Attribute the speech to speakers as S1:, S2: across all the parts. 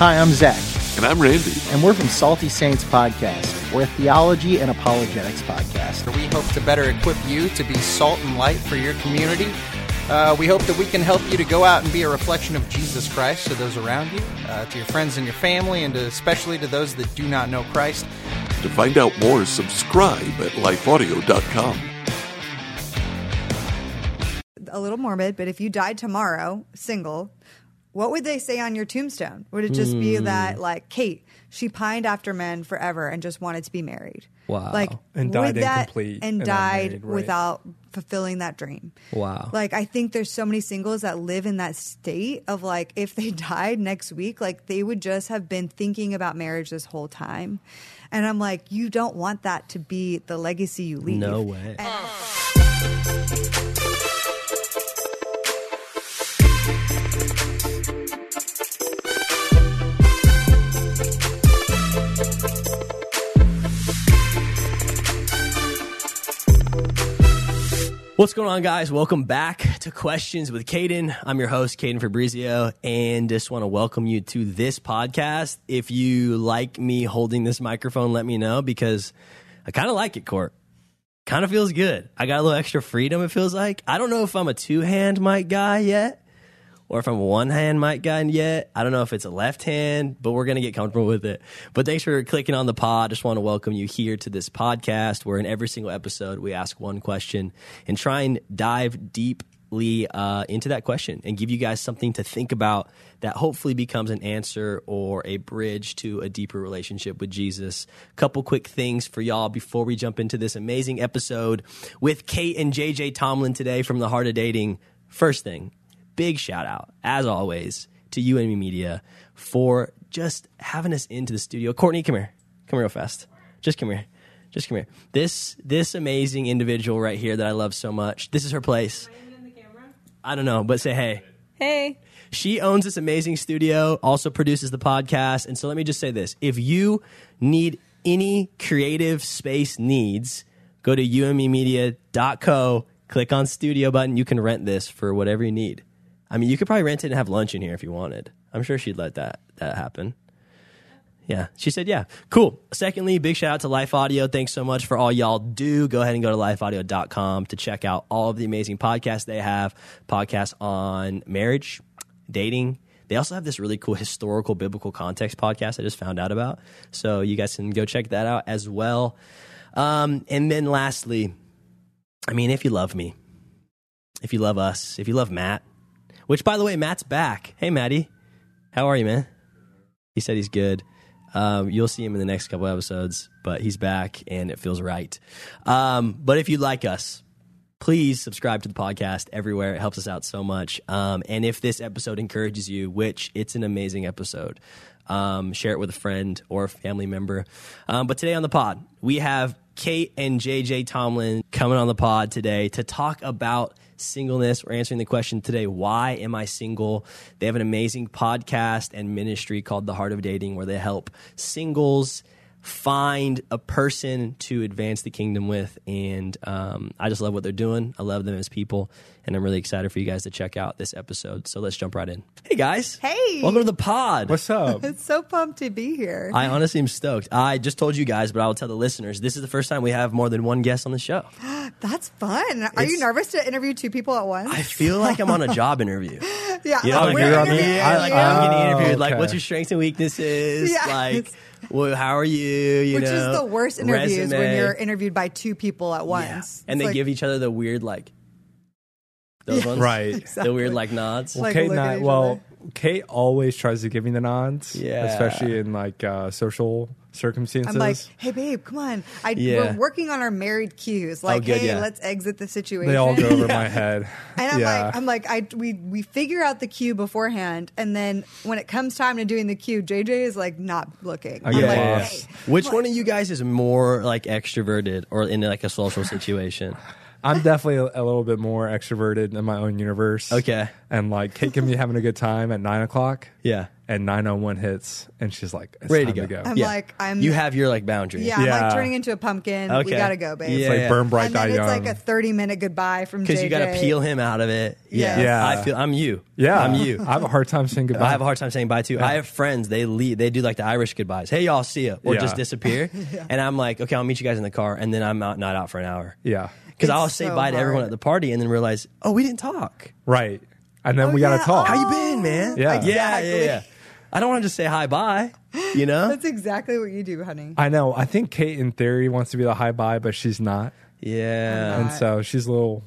S1: Hi, I'm Zach,
S2: And I'm Randy.
S1: and we're from Salty Saints Podcast. We're a theology and apologetics podcast.
S3: We hope to better equip you to be salt and light for your community. Uh, we hope that we can help you to go out and be a reflection of Jesus Christ to those around you, uh, to your friends and your family, and to, especially to those that do not know Christ.
S2: To find out more, subscribe at lifeaudio.com.
S4: a little morbid, but if you died tomorrow, single, what would they say on your tombstone? Would it just
S5: Hmm.
S4: be that, like, Kate, she pined after men forever and just wanted to be married?
S5: Wow.
S4: Like,
S6: And
S4: would
S6: died incomplete
S4: and,
S6: and
S4: died
S6: unmarried, right.
S4: without fulfilling that dream.
S5: Wow.
S4: Like, I think there's so many singles that live in that state of like, if they died next week, like, they would just have been thinking about marriage this whole time. And I'm like, you don't want that to be the legacy you leave.
S5: No way.
S4: And-
S5: What's going on, guys? Welcome back to Questions with Caden. I'm your host, Caden Fabrizio, and just want to welcome you to this podcast. If you like me holding this microphone, let me know because I kind of like it, Court. Kind of feels good. I got a little extra freedom, it feels like. I don't know if I'm a two hand mic guy yet or if I'm a one hand mic guy yet. I don't know if it's a left hand, but we're going to get comfortable with it. But thanks for clicking on the pod. Just want to welcome you here to this podcast where in every single episode we ask one question and try and dive deeply uh, into that question and give you guys something to think about that hopefully becomes an answer or a bridge to a deeper relationship with Jesus. Couple quick things for y'all before we jump into this amazing episode with Kate and JJ Tomlin today from the Heart of Dating. First thing, big shout out, as always, to UNME Media for just having us into the studio. Courtney, come here. Come real fast. Just come here. Just come here. This this amazing individual right here that I love so much. This is her place. I don't know, but say hey.
S7: Hey.
S5: She owns this amazing studio, also produces the podcast. And so let me just say this if you need any creative space needs, go to E umemedia.co, click on studio button. You can rent this for whatever you need. I mean, you could probably rent it and have lunch in here if you wanted. I'm sure she'd let that, that happen. Yeah. She said, yeah. Cool. Secondly, big shout out to Life Audio. Thanks so much for all y'all do. Go ahead and go to lifeaudio.com to check out all of the amazing podcasts they have podcasts on marriage, dating. They also have this really cool historical biblical context podcast I just found out about. So you guys can go check that out as well. Um, and then lastly, I mean, if you love me, if you love us, if you love Matt, which by the way, Matt's back. Hey, Matty. How are you, man? He said he's good. Um, you'll see him in the next couple episodes, but he's back and it feels right. Um, but if you like us, please subscribe to the podcast everywhere. It helps us out so much. Um, and if this episode encourages you, which it's an amazing episode, um, share it with a friend or a family member. Um, but today on the pod, we have Kate and JJ Tomlin coming on the pod today to talk about singleness. We're answering the question today why am I single? They have an amazing podcast and ministry called The Heart of Dating where they help singles find a person to advance the kingdom with. And um, I just love what they're doing. I love them as people. And I'm really excited for you guys to check out this episode. So let's jump right in. Hey, guys.
S4: Hey.
S5: Welcome to the pod.
S6: What's up?
S4: It's so pumped to be here.
S5: I honestly am stoked. I just told you guys, but I will tell the listeners this is the first time we have more than one guest on the show.
S4: That's fun. Are you
S5: It's-
S4: nervous to interview two people at once?
S5: I feel like I'm on a job interview.
S4: yeah,
S5: You know,
S4: like,
S5: like,
S4: we're
S5: you're on the-
S4: interviewing
S5: I, um, like,
S4: you,
S5: I'm
S6: Oh,
S5: getting interviewed. Like,
S6: okay.
S5: what's your strengths and weaknesses?
S4: Yes.
S5: Like, well, how are you? you
S4: which
S5: know,
S4: is the worst interviews when
S5: resume.
S4: you're interviewed by two people at
S5: Yeah.
S4: once.
S5: And
S4: It's
S5: they
S4: like-
S5: give each other the weird like those ones,
S6: Right.
S5: The weird like nods.
S4: Like,
S6: Kate
S4: look
S6: and
S4: at
S6: I,
S4: each
S6: well, Kate always tries to give me the nods,
S5: Yeah.
S6: especially in like uh, social circumstances.
S4: I'm like, hey babe, come on. I
S5: Yeah. Oh,
S4: we're working on our married cues. Like,
S5: good,
S4: hey,
S5: yeah.
S4: let's exit the situation.
S6: they all go over my head.
S4: And I'm
S6: yeah.
S4: like, I'm like, I we we figure out the cue beforehand, and then when it comes time to doing the cue, JJ is like not looking.
S5: Oh,
S4: I'm
S6: get
S4: like,
S6: lost.
S4: hey.
S5: Which
S4: Look.
S5: one of you guys is more like extroverted or in like a social situation?
S6: I'm definitely a, a little bit more extroverted in my own universe.
S5: Okay.
S6: And like Kate can be having a good time at nine o'clock.
S5: Yeah.
S6: And nine oh one hits, and she's like, it's
S5: Ready to
S6: time
S5: go.
S4: I'm
S5: yeah.
S4: like, I'm-
S5: You have your like boundary.
S4: Yeah, I'm
S6: Yeah.
S4: like turning into a pumpkin.
S5: Okay.
S4: We gotta go, babe.
S5: Yeah,
S6: Like
S5: yeah.
S6: burn bright,
S4: and
S6: die
S4: then it's
S6: young.
S4: like a 30 minute goodbye from
S5: Because you got to
S4: JJ.
S5: peel him out of it. Yeah.
S4: Yes.
S6: Yeah.
S5: I feel I'm you.
S6: yeah,
S5: I'm you.
S6: I have a hard time saying goodbye.
S5: I have a hard time saying bye too. I have friends they leave. They do like the Irish goodbyes. Hey, y'all, see ya, or
S6: Yeah.
S5: just disappear. And I'm like, okay, I'll meet you guys in the car, and then I'm out, not out for an hour.
S6: yeah,
S5: Because I'll
S4: It's
S5: say
S4: so
S5: bye to everyone
S4: hard.
S5: at the party, and then realize, oh, we didn't talk.
S6: right. And then
S4: Oh,
S6: we gotta
S4: yeah.
S6: talk.
S5: How you been, man?
S6: Yeah.
S5: yeah, yeah,
S4: Exactly.
S5: yeah. I don't want to just say hi, bye. You know?
S4: That's exactly what you do, honey.
S6: I know. I think Kate, in theory, wants to be the high bye, but she's not,
S5: yeah.
S6: and so she's a little.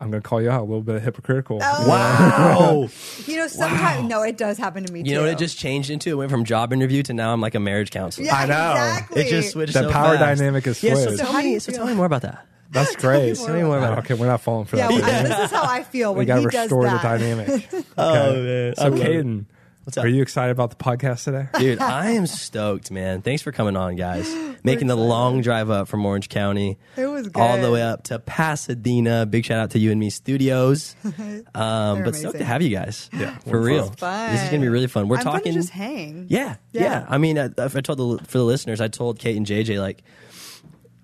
S6: I'm gonna call you out a little bit
S4: Oh,
S6: hypocritical.
S5: Wow.
S4: You know, sometimes no, it does happen to me.
S5: you
S4: too.
S5: know what it just changed into? It went from job interview to now I'm like a marriage counselor.
S4: Yeah,
S6: I know.
S4: Exactly.
S5: It just switched.
S6: The
S5: so
S6: power
S5: fast.
S6: dynamic is
S5: yeah. So
S6: switched.
S5: tell
S4: How do
S5: me.
S4: you
S5: So
S4: feel?
S5: tell me more about that.
S6: That's great.
S5: Tell me more about that.
S6: okay, we're not falling for
S4: Yeah, well,
S6: that. baby.
S4: this is how I feel
S6: we
S4: when
S6: gotta
S4: he does
S6: restore the
S4: that.
S6: dynamic.
S5: Oh man.
S6: So, Caden,
S5: What's up?
S6: are you excited about the podcast today?
S5: Dude, I am stoked, man. Thanks for coming on, guys. Making the long drive up from Orange County.
S4: It was
S5: All the
S4: good.
S5: way up to Pasadena. Big shout out to you and me studios. Um, but stoked
S4: amazing.
S5: to have you guys. Yeah. For
S6: fun.
S5: real.
S4: Fun.
S5: This is going to be really fun. We're
S4: I'm
S5: talking.
S4: gonna just hang.
S5: Yeah, yeah.
S4: Yeah.
S5: I mean, I, if I told the for the listeners, I told Kate and JJ like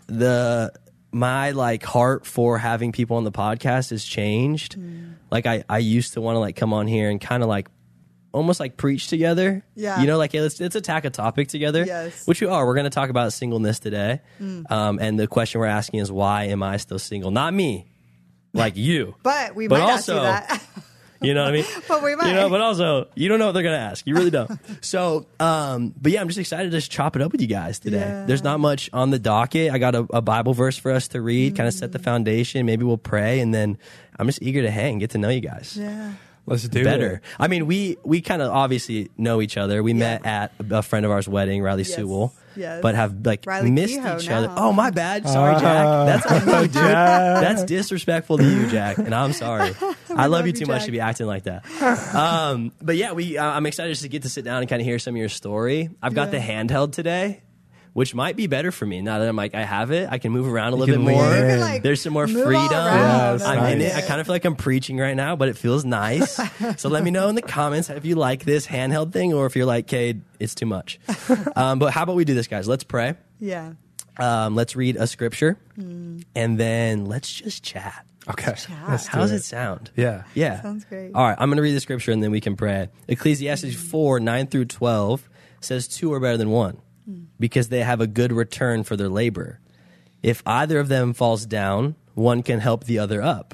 S5: the my like heart for having people on the podcast has changed.
S4: Mm.
S5: Like I I used to want to like come on here and kind of like almost like preach together.
S4: Yeah.
S5: you know, like hey, let's let's attack a topic together.
S4: Yes. Mm.
S5: which we are. We're going to talk about singleness today. Um, and the question we're asking is why am I still single? Not me, like you.
S4: But we
S5: But
S4: might
S5: also-
S4: not do that.
S5: You know what I mean?
S4: But we might.
S5: You know, but also, you don't know what they're going to ask. You really don't. so, um, but yeah, I'm just excited to just chop it up with you guys today.
S4: Yeah.
S5: There's not much on the docket. I got a, a Bible verse for us to read, kind of set
S4: Mm.
S5: the foundation. Maybe we'll pray, and then I'm just eager to hang, get to know you guys
S4: yeah.
S6: Let's do
S5: better.
S6: it.
S5: I mean, we we kind of obviously know each other. We met at a friend of ours' wedding, Riley Sewell.
S4: yes.
S5: But have like
S4: Riley
S5: missed
S4: Kehoe
S5: each
S4: now.
S5: other. Oh my bad. Sorry,
S6: Ah.
S5: Jack. That's on you, dude. That's disrespectful to you, Jack. And I'm sorry. I love
S4: you,
S5: you too much
S4: Jack.
S5: to be acting like that. Um, but yeah, we. Uh, I'm excited just to get to sit down and kind of hear some of your story. I've got the handheld today. Which might be better for me now that I'm like I have it. I can move around a little bit
S6: can lean
S5: more.
S6: in. You can,
S4: like,
S5: There's some more
S4: move all
S5: freedom.
S4: around.
S6: Yes,
S5: I'm in
S6: nice.
S5: it. I kind of feel like I'm preaching right now, but it feels nice. so let me know in the comments if you like this handheld thing or if you're like, Cade, it's too much. um, but how about we do this, guys? Let's pray.
S4: Yeah.
S5: Um, let's read a scripture and then let's just chat.
S6: Okay. Let's do
S5: How does it sound?
S6: Yeah.
S5: Yeah.
S4: Sounds great.
S5: All right. I'm going to read the scripture and then we can pray. Ecclesiastes 4 9 through 12 says, Two are better than one because they have a good return for their labor. If either of them falls down, one can help the other up.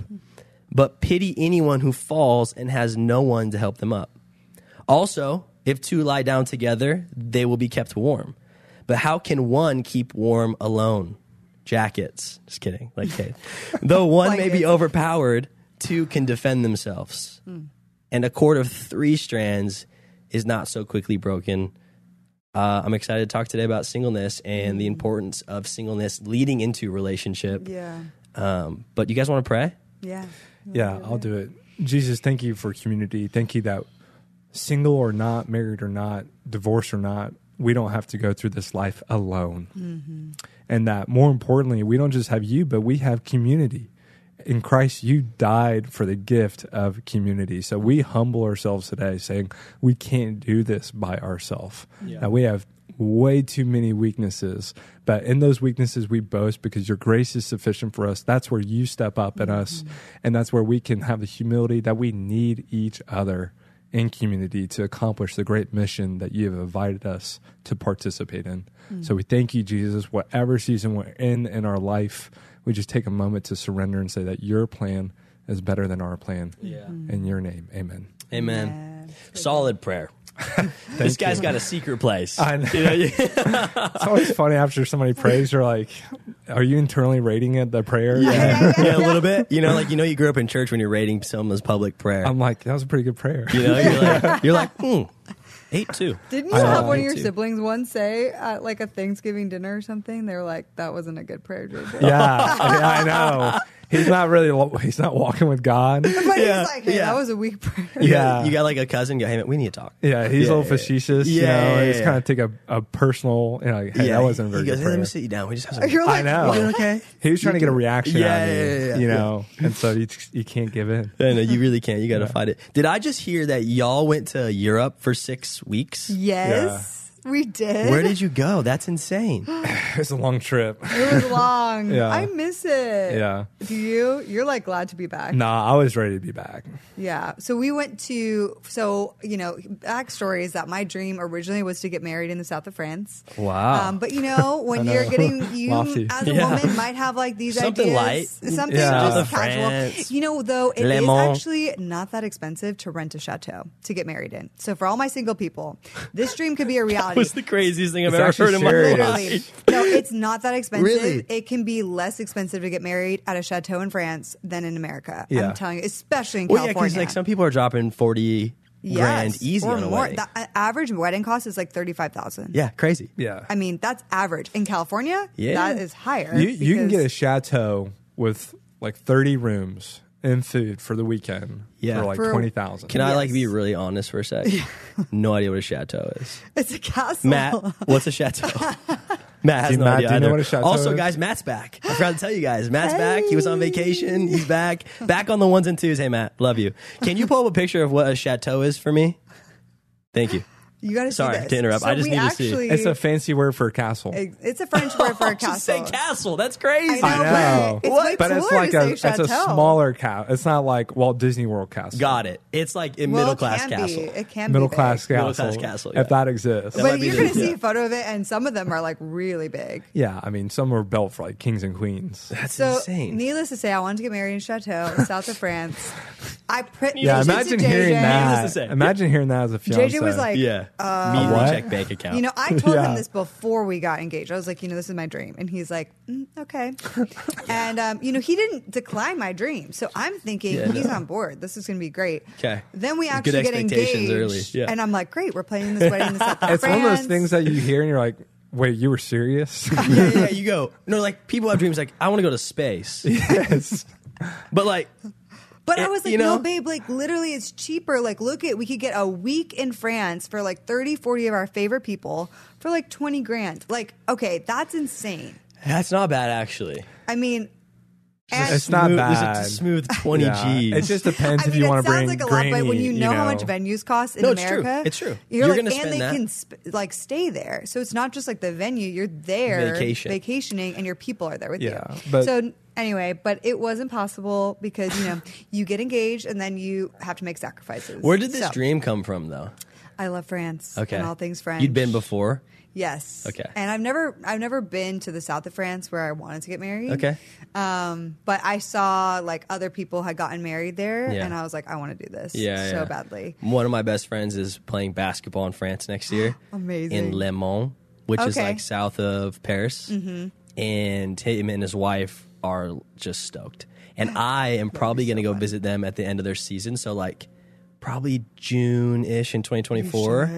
S5: But pity anyone who falls and has no one to help them up. Also, if two lie down together, they will be kept warm. But how can one keep warm alone? Jackets. Just kidding. Like, Kate. though one may be
S4: Blankets. Hmm.
S5: overpowered, two can defend themselves. And a cord of three strands is not so quickly broken. Uh, I'm excited to talk today about singleness and the importance of singleness leading into relationship.
S4: Hmm. Yeah.
S5: Um, but you guys want to pray?
S4: Yeah.
S6: Yeah, I'll do it. Jesus, thank you for community. Thank you that single or not, married or not, divorced or not, we don't have to go through this life alone. And that more importantly, we don't just have you, but we have community. In Christ, you died for the gift of community. So we humble ourselves today, saying we can't do this by ourselves. That we have way too many weaknesses, but in those weaknesses we boast because your grace is sufficient for us. That's where you step up in us, and that's where we can have the humility that we need each other in community to accomplish the great mission that you have invited us to participate in. So we thank you, Jesus. Whatever season we're in in our life, we just take a moment to surrender and say that your plan is better than our plan. Yeah. In your name, amen.
S5: Amen. Solid prayer. this guy's got a secret place.
S6: I know. it's always funny after somebody prays, you're like, are you internally rating it, the prayer?
S5: yeah, a little bit. You know, like you know, you grew up in church when you're rating someone's public prayer.
S6: I'm like, that was a pretty good prayer.
S5: you know, you're like, you're like, hmm, eight two.
S4: Didn't you have one of your siblings once say at like a Thanksgiving dinner or something? They were like, "That wasn't a good prayer, JJ."
S6: Yeah, yeah, I know. he's not really lo- he's not walking with God.
S4: But
S5: Yeah,
S4: he's like, hey,
S5: yeah.
S4: that was a weak prayer.
S5: You got-
S6: Yeah.
S5: you got like a cousin. Go, hey, man, we need to talk.
S6: Yeah, he's
S5: Yeah,
S6: a little
S5: yeah,
S6: facetious.
S5: yeah.
S6: you
S5: Yeah,
S6: know,
S5: yeah,
S6: He's
S5: yeah.
S6: kind of take a, a personal. You know, like, hey, that wasn't a very
S5: He goes,
S6: good
S5: hey, let
S6: prayer.
S5: me sit you down. We just have some. Oh.
S4: You're
S6: I
S4: like,
S6: know.
S5: You okay?
S6: He was trying to get a reaction.
S5: Yeah,
S6: out
S5: yeah,
S6: of me,
S5: yeah, yeah.
S6: You know, and so you, you can't give in.
S5: Yeah, no, you really can't. You got to fight it. Did I just hear that y'all went to Europe for six weeks?
S4: Yes, we did.
S5: Where did you go? That's insane.
S6: It's a long trip.
S4: it was long.
S6: Yeah.
S4: I miss it.
S6: Yeah.
S4: Do you? You're like glad to be back.
S6: Nah, I was ready to be back.
S4: Yeah. So we went to, so, you know, backstory is that my dream originally was to get married in the south of France.
S5: Wow.
S4: Um, but, you know, when you're getting, you
S6: Lofty.
S4: as a
S5: Yeah.
S4: woman might have like these
S5: Something
S4: ideas.
S5: light.
S4: Something
S6: Yeah.
S4: just
S5: South of
S4: casual.
S5: France.
S4: You know, though, it is
S5: Le Mans.
S4: actually not that expensive to rent a chateau to get married in. So for all my single people, this dream could be a reality.
S5: That was the craziest thing I've
S6: It's
S5: ever heard
S6: actually
S5: in my
S6: serious.
S5: life.
S4: No, it's not that expensive.
S5: Really?
S4: It can be less expensive to get married at a chateau in France than in America.
S6: Yeah.
S4: I'm telling you, especially in
S5: Well, yeah,
S4: California.
S5: because like some people are dropping forty
S4: Yes,
S5: grand easy
S4: or
S5: on a
S4: more.
S5: wedding.
S4: The uh, average wedding cost is like thirty five thousand.
S5: yeah, crazy.
S6: Yeah.
S4: I mean that's average in California.
S5: Yeah.
S4: that is higher.
S6: you, you can get a
S4: because-
S6: chateau with like 30 rooms and food for the weekend
S5: Yeah.
S6: for like
S4: For-
S6: 20,000.
S5: Can I like
S4: Yes.
S5: be really honest for a sec? no idea what a chateau is.
S4: it's a castle.
S5: Matt, what's a chateau? Matt has
S6: See,
S5: no
S6: Matt,
S5: idea.
S6: do you know
S5: either.
S6: what a chateau
S5: also,
S6: is?
S5: guys, Matt's back. I forgot to tell you guys, Matt's back. He was on vacation. He's back, back on the ones and twos. Hey, Matt, love you. Can you pull up a picture of what a chateau is for me? Thank you.
S4: You got to
S5: Sorry to interrupt. I just need to see.
S6: It's a fancy word for a castle.
S4: it's a French word for a
S5: Just say
S4: castle.
S5: castle. That's crazy.
S4: I know.
S6: I know.
S4: It's way
S6: but it's
S4: cooler
S6: like
S4: to
S6: a, it's
S4: say
S6: a
S4: chateau.
S6: smaller castle. It's not like Walt Disney World castle.
S5: Got it. It's like a
S4: Well,
S5: middle
S4: it
S5: class
S4: can
S5: castle.
S4: Be. It can
S6: Middle
S4: be big.
S6: class castle.
S5: Middle class castle, yeah.
S6: If that exists.
S5: might
S4: But
S5: be
S4: you're
S5: big,
S4: gonna see
S5: yeah.
S4: a photo of it, and some of them are like really big.
S6: yeah, I mean, some are built for like kings and queens.
S5: That's
S4: So,
S5: insane.
S4: needless to say, I wanted to get married in Chateau, south of France. I pre-
S6: yeah,
S4: mentioned to
S6: imagine
S4: JJ,
S6: hearing
S5: Needless to say.
S6: that. Imagine hearing that as a fiance.
S4: JJ was like,
S5: yeah.
S4: uh,
S5: Immediately
S6: what?
S5: check bank account.
S4: You know, I told
S6: Yeah.
S4: him this before we got engaged. I was like, you know, this is my dream. And he's like, mm, okay. and, um, you know, he didn't decline my dream. So I'm thinking
S5: Yeah,
S4: he's
S5: no.
S4: on board. This is going to be great.
S5: 'Kay.
S4: Then we
S5: Good
S4: actually get
S5: expectations
S4: engaged.
S5: early. Yeah.
S4: And I'm like, great, we're planning this wedding. in the south of
S6: it's one of those
S4: France.
S6: things that you hear and you're like, wait, you were serious?
S5: yeah, yeah, yeah, you go. No, like people have dreams like I want to go to space.
S6: yes.
S5: But like
S4: But I
S5: It-
S4: was like,
S5: Eh, you know?
S4: no, babe, like literally it's cheaper. Like, look at, we could get a week in France for like 30, 40 of our favorite people for like 20 grand. Like, okay, that's insane.
S5: that's not bad actually.
S4: I mean, and
S6: It's not
S5: Smooth-
S6: bad.
S5: It's a smooth 20
S6: Yeah.
S5: G's.
S6: It just depends
S4: I mean,
S6: if you
S4: it
S6: want to bring
S4: sounds like a
S6: grainy,
S4: lot, but when you know, how much
S6: venue.
S4: venues cost in
S5: No, it's true.
S4: America,
S5: It's true.
S4: You're,
S5: You're
S4: like,
S5: gonna spend
S4: and they
S5: that.
S4: can sp- like stay there, so it's not just like the venue. You're there
S5: Vacation.
S4: vacationing, and your people are there with
S6: Yeah,
S4: you.
S6: but-
S4: so anyway, but it was impossible because you know you get engaged and then you have to make sacrifices.
S5: Where did this
S4: So,
S5: dream come from though?
S4: I love France.
S5: Okay.
S4: and all things French.
S5: You'd been before?
S4: yes.
S5: Okay.
S4: and I've never I've never been to the south of France where I wanted to get married.
S5: Okay.
S4: Um, but I saw like other people had gotten married there,
S5: Yeah.
S4: and I was like, I want to do this
S5: Yeah.
S4: so
S5: yeah.
S4: badly.
S5: One of my best friends is playing basketball in France next year.
S4: Amazing.
S5: In Le Mans, which is
S4: Okay.
S5: like south of Paris. Mm-hmm. And him and his wife are just stoked. And I am probably going to go visit them at the end of their season. So, like, probably June ish in 2024.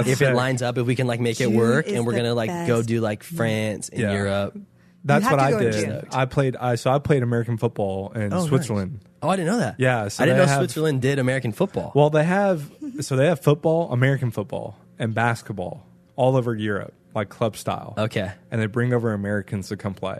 S5: If it
S6: sick.
S5: lines up, if we can like make it
S4: June
S5: work,
S4: is
S5: and we're
S4: the
S5: going to like go
S4: best
S5: do like France and
S6: Yeah.
S5: Europe.
S6: That's
S4: have
S6: what
S4: to
S6: I
S4: go in
S6: did.
S4: June.
S6: I played. I so I played American football in
S5: Oh, nice.
S6: Switzerland.
S5: Oh, I didn't know that.
S6: Yeah, so
S5: I didn't
S6: they
S5: know
S6: have-
S5: Switzerland did American football.
S6: Well, they have so they have football, American football, and basketball all over Europe, like club style.
S5: Okay.
S6: and they bring over Americans to come play,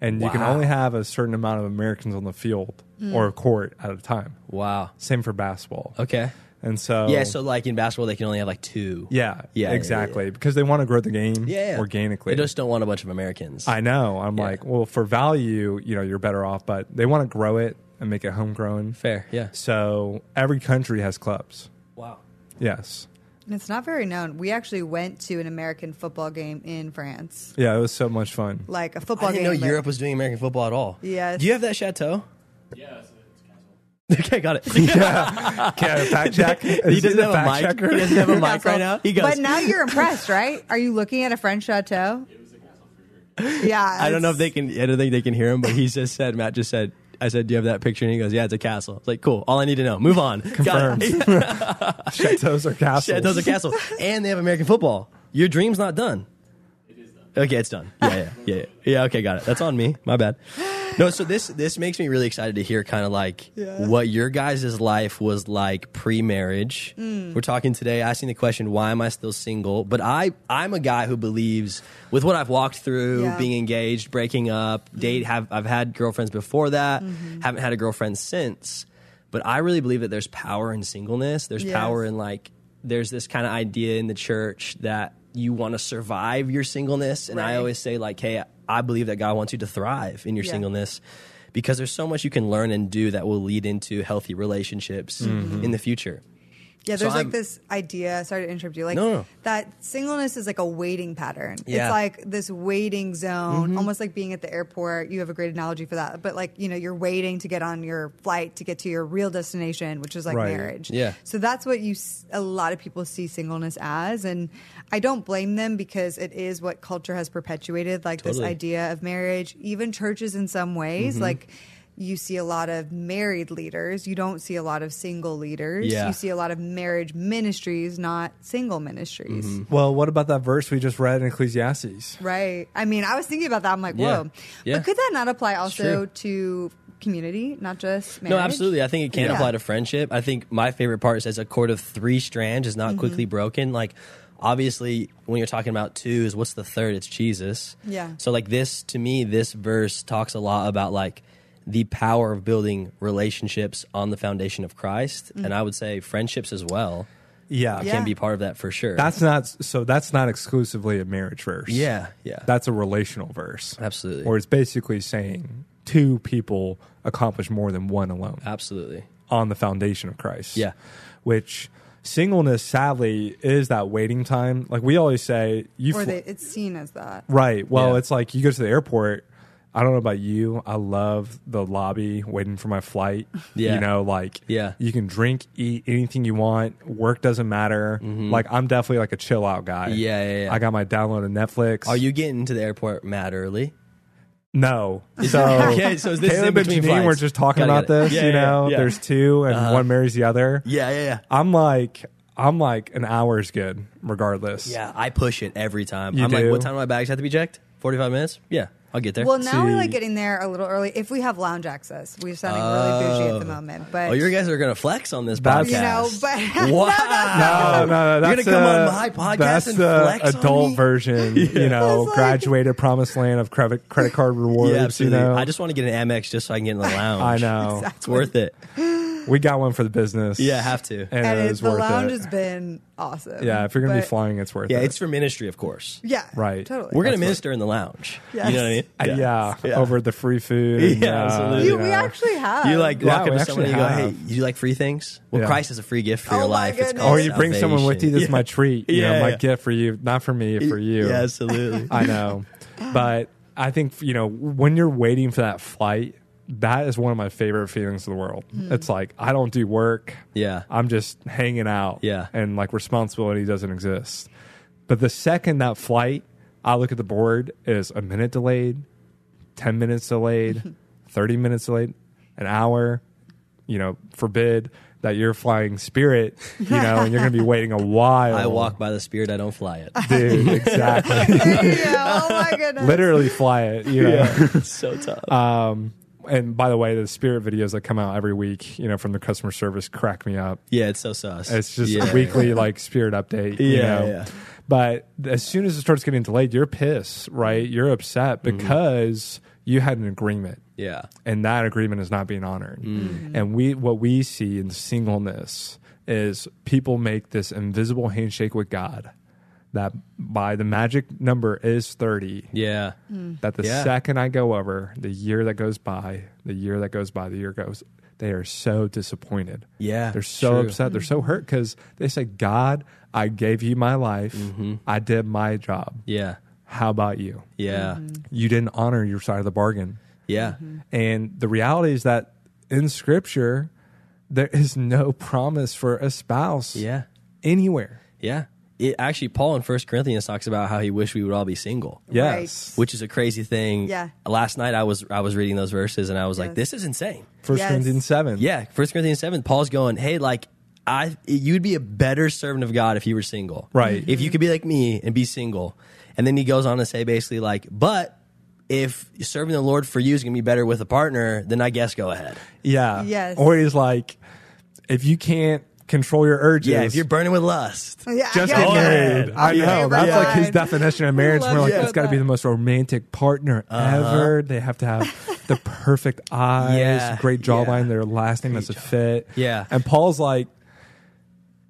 S6: and you can
S5: Wow.
S6: only have a certain amount of Americans on the field or a court at a time.
S5: wow.
S6: Same for basketball.
S5: Okay.
S6: and so
S5: Yeah, so like in basketball, they can only have like two.
S6: yeah,
S5: Yeah, yeah,
S6: exactly because they want to grow the game
S5: Yeah, yeah.
S6: organically.
S5: They just don't want a bunch of Americans.
S6: I know. I'm
S5: Yeah.
S6: like, well, for value, you know, you're better off, but they want to grow it and make it homegrown.
S5: Fair, yeah.
S6: So every country has clubs.
S5: Wow.
S6: Yes.
S4: And it's not very known. We actually went to an American football game in France,
S6: Yeah, it was so much fun.
S4: like a
S5: I
S4: football
S5: didn't
S4: game.
S5: know
S4: but-
S5: Europe was doing American football at all.
S4: Yes.
S5: Do you have that chateau? Yeah, it's, castle. Okay, got it.
S6: Okay, fact check.
S5: he doesn't have a mic. He doesn't have a mic
S4: Castle.
S5: right now. He goes.
S4: But now you're impressed, right? Are you looking at a French chateau? It was a castle for sure. Yeah.
S5: I don't know if
S4: it's-
S5: they can. I don't think they can hear him. But he just said, Matt just said, I said, do you have that picture? And he goes, Yeah, it's a castle. It's like cool. All I need to know. Move on. Got
S6: Confirmed.
S5: it.
S6: Chateaus or castles.
S5: Chateau's a castle, and they have American football. Your dream's not done. It is done. Okay, it's done. Yeah, yeah, yeah, yeah. Yeah, okay, got it. That's on me. My bad. No, so this this makes me really excited to hear kind of like what your guys' life was like pre-marriage. We're talking today asking the question, why am I still single? But I I'm a guy who believes with what I've walked through,
S4: Yeah.
S5: being engaged, breaking up, date have I've had girlfriends before that, haven't had a girlfriend since. But I really believe that there's power in singleness. There's
S4: Yes.
S5: power in like there's this kind of idea in the church that you want to survive your singleness and i
S4: Right.
S5: always say like hey i believe that god wants you to thrive in your
S4: Yeah.
S5: singleness because there's so much you can learn and do that will lead into healthy relationships in the future
S4: Yeah,
S5: So
S4: there's
S5: I'm-
S4: like this idea. Sorry to interrupt you. Like
S5: No, no.
S4: that singleness is like a waiting pattern.
S5: Yeah. Mm-hmm.
S4: It's like this waiting zone, almost like being at the airport. You have a great analogy for that, but like you know, you're waiting to get on your flight to get to your real destination, which is like
S6: Right.
S4: marriage.
S5: Yeah.
S4: So that's what you s- a lot of people see singleness as, and I don't blame them because it is what culture has perpetuated, like this
S5: Totally. Mm-hmm.
S4: idea idea of marriage, even churches in some ways. Like you see a lot of married leaders, you don't see a lot of single leaders.
S5: Yeah.
S4: You see a lot of marriage ministries, not single ministries.
S6: Well, what about that verse we just read in Ecclesiastes?
S4: Right. I mean, I was thinking about that. I'm like,
S5: Yeah.
S4: whoa.
S5: Yeah.
S4: But could that not apply also
S5: true.
S4: to community, not just marriage?
S5: no absolutely i think it can
S4: Yeah.
S5: apply to friendship i think my favorite part says a cord of three strands is
S4: Mm-hmm.
S5: not quickly broken like obviously when you're talking about two is what's the third it's jesus
S4: Yeah.
S5: so like this to me this verse talks a lot about like the power of building relationships on the foundation of christ and i would say friendships as well
S6: Yeah.
S4: Mm. Yeah.
S5: can be part of that for sure
S6: That's not so that's not exclusively a marriage verse.
S5: yeah yeah
S6: That's a relational verse.
S5: Absolutely.
S6: Where it's basically saying two people accomplish more than one alone
S5: absolutely
S6: on the foundation of Christ.
S5: Ah. Yeah.
S6: Which singleness sadly is that waiting time. Like we always say you
S4: Or
S6: fl-
S4: they, it's seen as that.
S6: Right. Well,
S5: Yeah.
S6: it's like you go to the airport. I don't know about you. I love the lobby waiting for my flight.
S5: Yeah.
S6: You know, like
S5: Yeah.
S6: you can drink, eat anything you want. Work doesn't matter. Like I'm definitely like a chill out guy.
S5: Mm-hmm. Yeah, yeah, yeah.
S6: I got my download of Netflix.
S5: are you getting to the airport mad early
S6: No. So
S5: okay so is this
S6: Oh.
S5: in
S6: Caleb and
S5: between
S6: Janine
S5: flights?
S6: were just talking
S5: Gotta
S6: about
S5: get it.
S6: this.
S5: Yeah,
S6: you
S5: yeah,
S6: know,
S5: yeah. Uh-huh.
S6: there's two, and one marries the other.
S5: yeah yeah yeah
S6: I'm like, I'm like an hour is good, regardless.
S5: Yeah, I push it every time.
S6: You
S5: I'm like,
S6: do?
S5: what time do my bags have to be checked? 45 minutes? Yeah, I'll get there.
S4: Well, now we
S6: to-
S4: like getting there a little early. If we have lounge access, we're sounding really bougie at the moment. But
S5: oh, you guys are going to flex on this
S6: That's-
S5: podcast.
S4: You know, but-
S5: wow.
S6: No, no, no.
S5: You're
S6: That's
S5: going to come
S6: the-
S5: on my podcast
S6: That's
S5: and
S6: the
S5: flex on
S6: adult
S5: me?
S6: version, you know,
S4: It's like-
S6: graduated promised land of credit credit card rewards.
S5: Yeah, absolutely.
S6: You know,
S5: I just want to get an Amex just so I can get in the lounge.
S6: I know
S5: It's worth it.
S6: we got one for the business.
S5: Yeah, have to.
S6: and,
S4: and
S6: it
S4: it's,
S6: was
S4: the
S6: worth
S4: lounge
S6: it.
S4: has been awesome.
S6: yeah, if you're gonna be
S4: But-
S6: flying, it's worth
S5: Yeah,
S6: it.
S5: it's for ministry, of course.
S4: Yeah.
S6: Right.
S4: Totally.
S5: We're going to minister in the lounge. You
S4: Yes.
S5: know what I mean?
S6: Uh, yeah,
S5: Yeah.
S6: over the free food. and,
S5: Yeah,
S6: uh,
S5: absolutely.
S4: You,
S6: you
S4: we
S6: know.
S4: actually have.
S5: You like
S6: Yeah,
S5: walk
S6: we
S5: up to someone and you go,
S6: actually
S5: "Hey,
S6: have.
S5: you like free things? Well,
S6: Yeah.
S5: Christ is a free gift for
S4: Oh
S5: your
S4: my
S5: life.
S4: goodness.
S5: called
S6: or you bring someone with you. This is
S5: salvation.
S6: my treat. You
S5: Yeah,
S6: know, my
S5: yeah.
S6: gift for you, not for me, for you.
S5: Yeah, absolutely.
S6: I know, but I think you know when you're waiting for that flight, that is one of my favorite feelings of the world. It's like I don't do work.
S5: Hmm. Yeah.
S6: I'm just hanging out.
S5: Yeah.
S6: and like responsibility doesn't exist. But the second that flight, I look at the board it is a minute delayed, ten minutes delayed, thirty minutes delayed, an hour. You know, forbid that you're flying Spirit. You know, and you're going to be waiting a while.
S5: I walk by the Spirit, I don't fly it.
S6: dude. Exactly.
S4: There you go. Oh my goodness.
S6: literally fly it. You know?
S5: it's so tough.
S6: And by the way, the spirit videos that come out every week, you know, from the customer service crack me up.
S5: Yeah, it's so sus.
S6: It's just
S5: yeah.
S6: a weekly like spirit update. you
S5: Yeah,
S6: know?
S5: yeah.
S6: But as soon as it starts getting delayed, you're pissed, right? You're upset because you had an agreement.
S5: Mm-hmm. Yeah. Mm.
S6: And that agreement is not being honored. And we what we see in singleness is people make this invisible handshake with God that by the magic number is 30.
S5: Yeah.
S4: Mm.
S6: that the
S5: Yeah.
S6: second I go over, the year that goes by, the year that goes by, the year goes, they are so disappointed.
S5: Yeah,
S6: They're so
S5: true.
S6: upset. They're so hurt because they say, God, I gave you my life.
S5: Mm-hmm.
S6: I did my job.
S5: Yeah.
S6: How about you?
S5: Yeah.
S4: Mm-hmm.
S6: You didn't honor your side of the bargain.
S5: Yeah.
S6: And the reality is that in scripture, there is no promise for a spouse
S5: Yeah.
S6: anywhere.
S5: Yeah. It, actually, Paul in First Corinthians talks about how he wished we would all be single,
S6: Yes.
S5: which is a crazy thing.
S4: Yeah.
S5: Last night I was I was reading those verses and I was like,
S4: Yes.
S5: this is insane.
S6: First
S4: Yes.
S6: Corinthians 7.
S5: Yeah. First Corinthians seven. Paul's going, hey, like. I, you'd be a better servant of God if you were single,
S6: Right.
S5: If you could be like me and be single, and And then he goes on to say basically like, but if serving the Lord for you is going to be better with a partner, then I guess go ahead.
S6: Yeah.
S4: Yes.
S6: Or he's like, if you can't control your urges,
S5: Yeah, if you're burning with lust.
S4: Yeah,
S6: just
S4: yeah,
S6: get
S5: Oh,
S4: yeah.
S6: married. I
S4: Yeah.
S6: know. That's like his
S4: Right.
S6: definition of marriage.
S4: Love
S6: We're like,
S4: you.
S6: it's got to be the most romantic partner
S5: Uh-huh.
S6: ever. They have to have the perfect eyes,
S5: Yeah.
S6: great jawline,
S5: Yeah.
S6: their last name is a fit.
S5: Yeah.
S6: And Paul's like,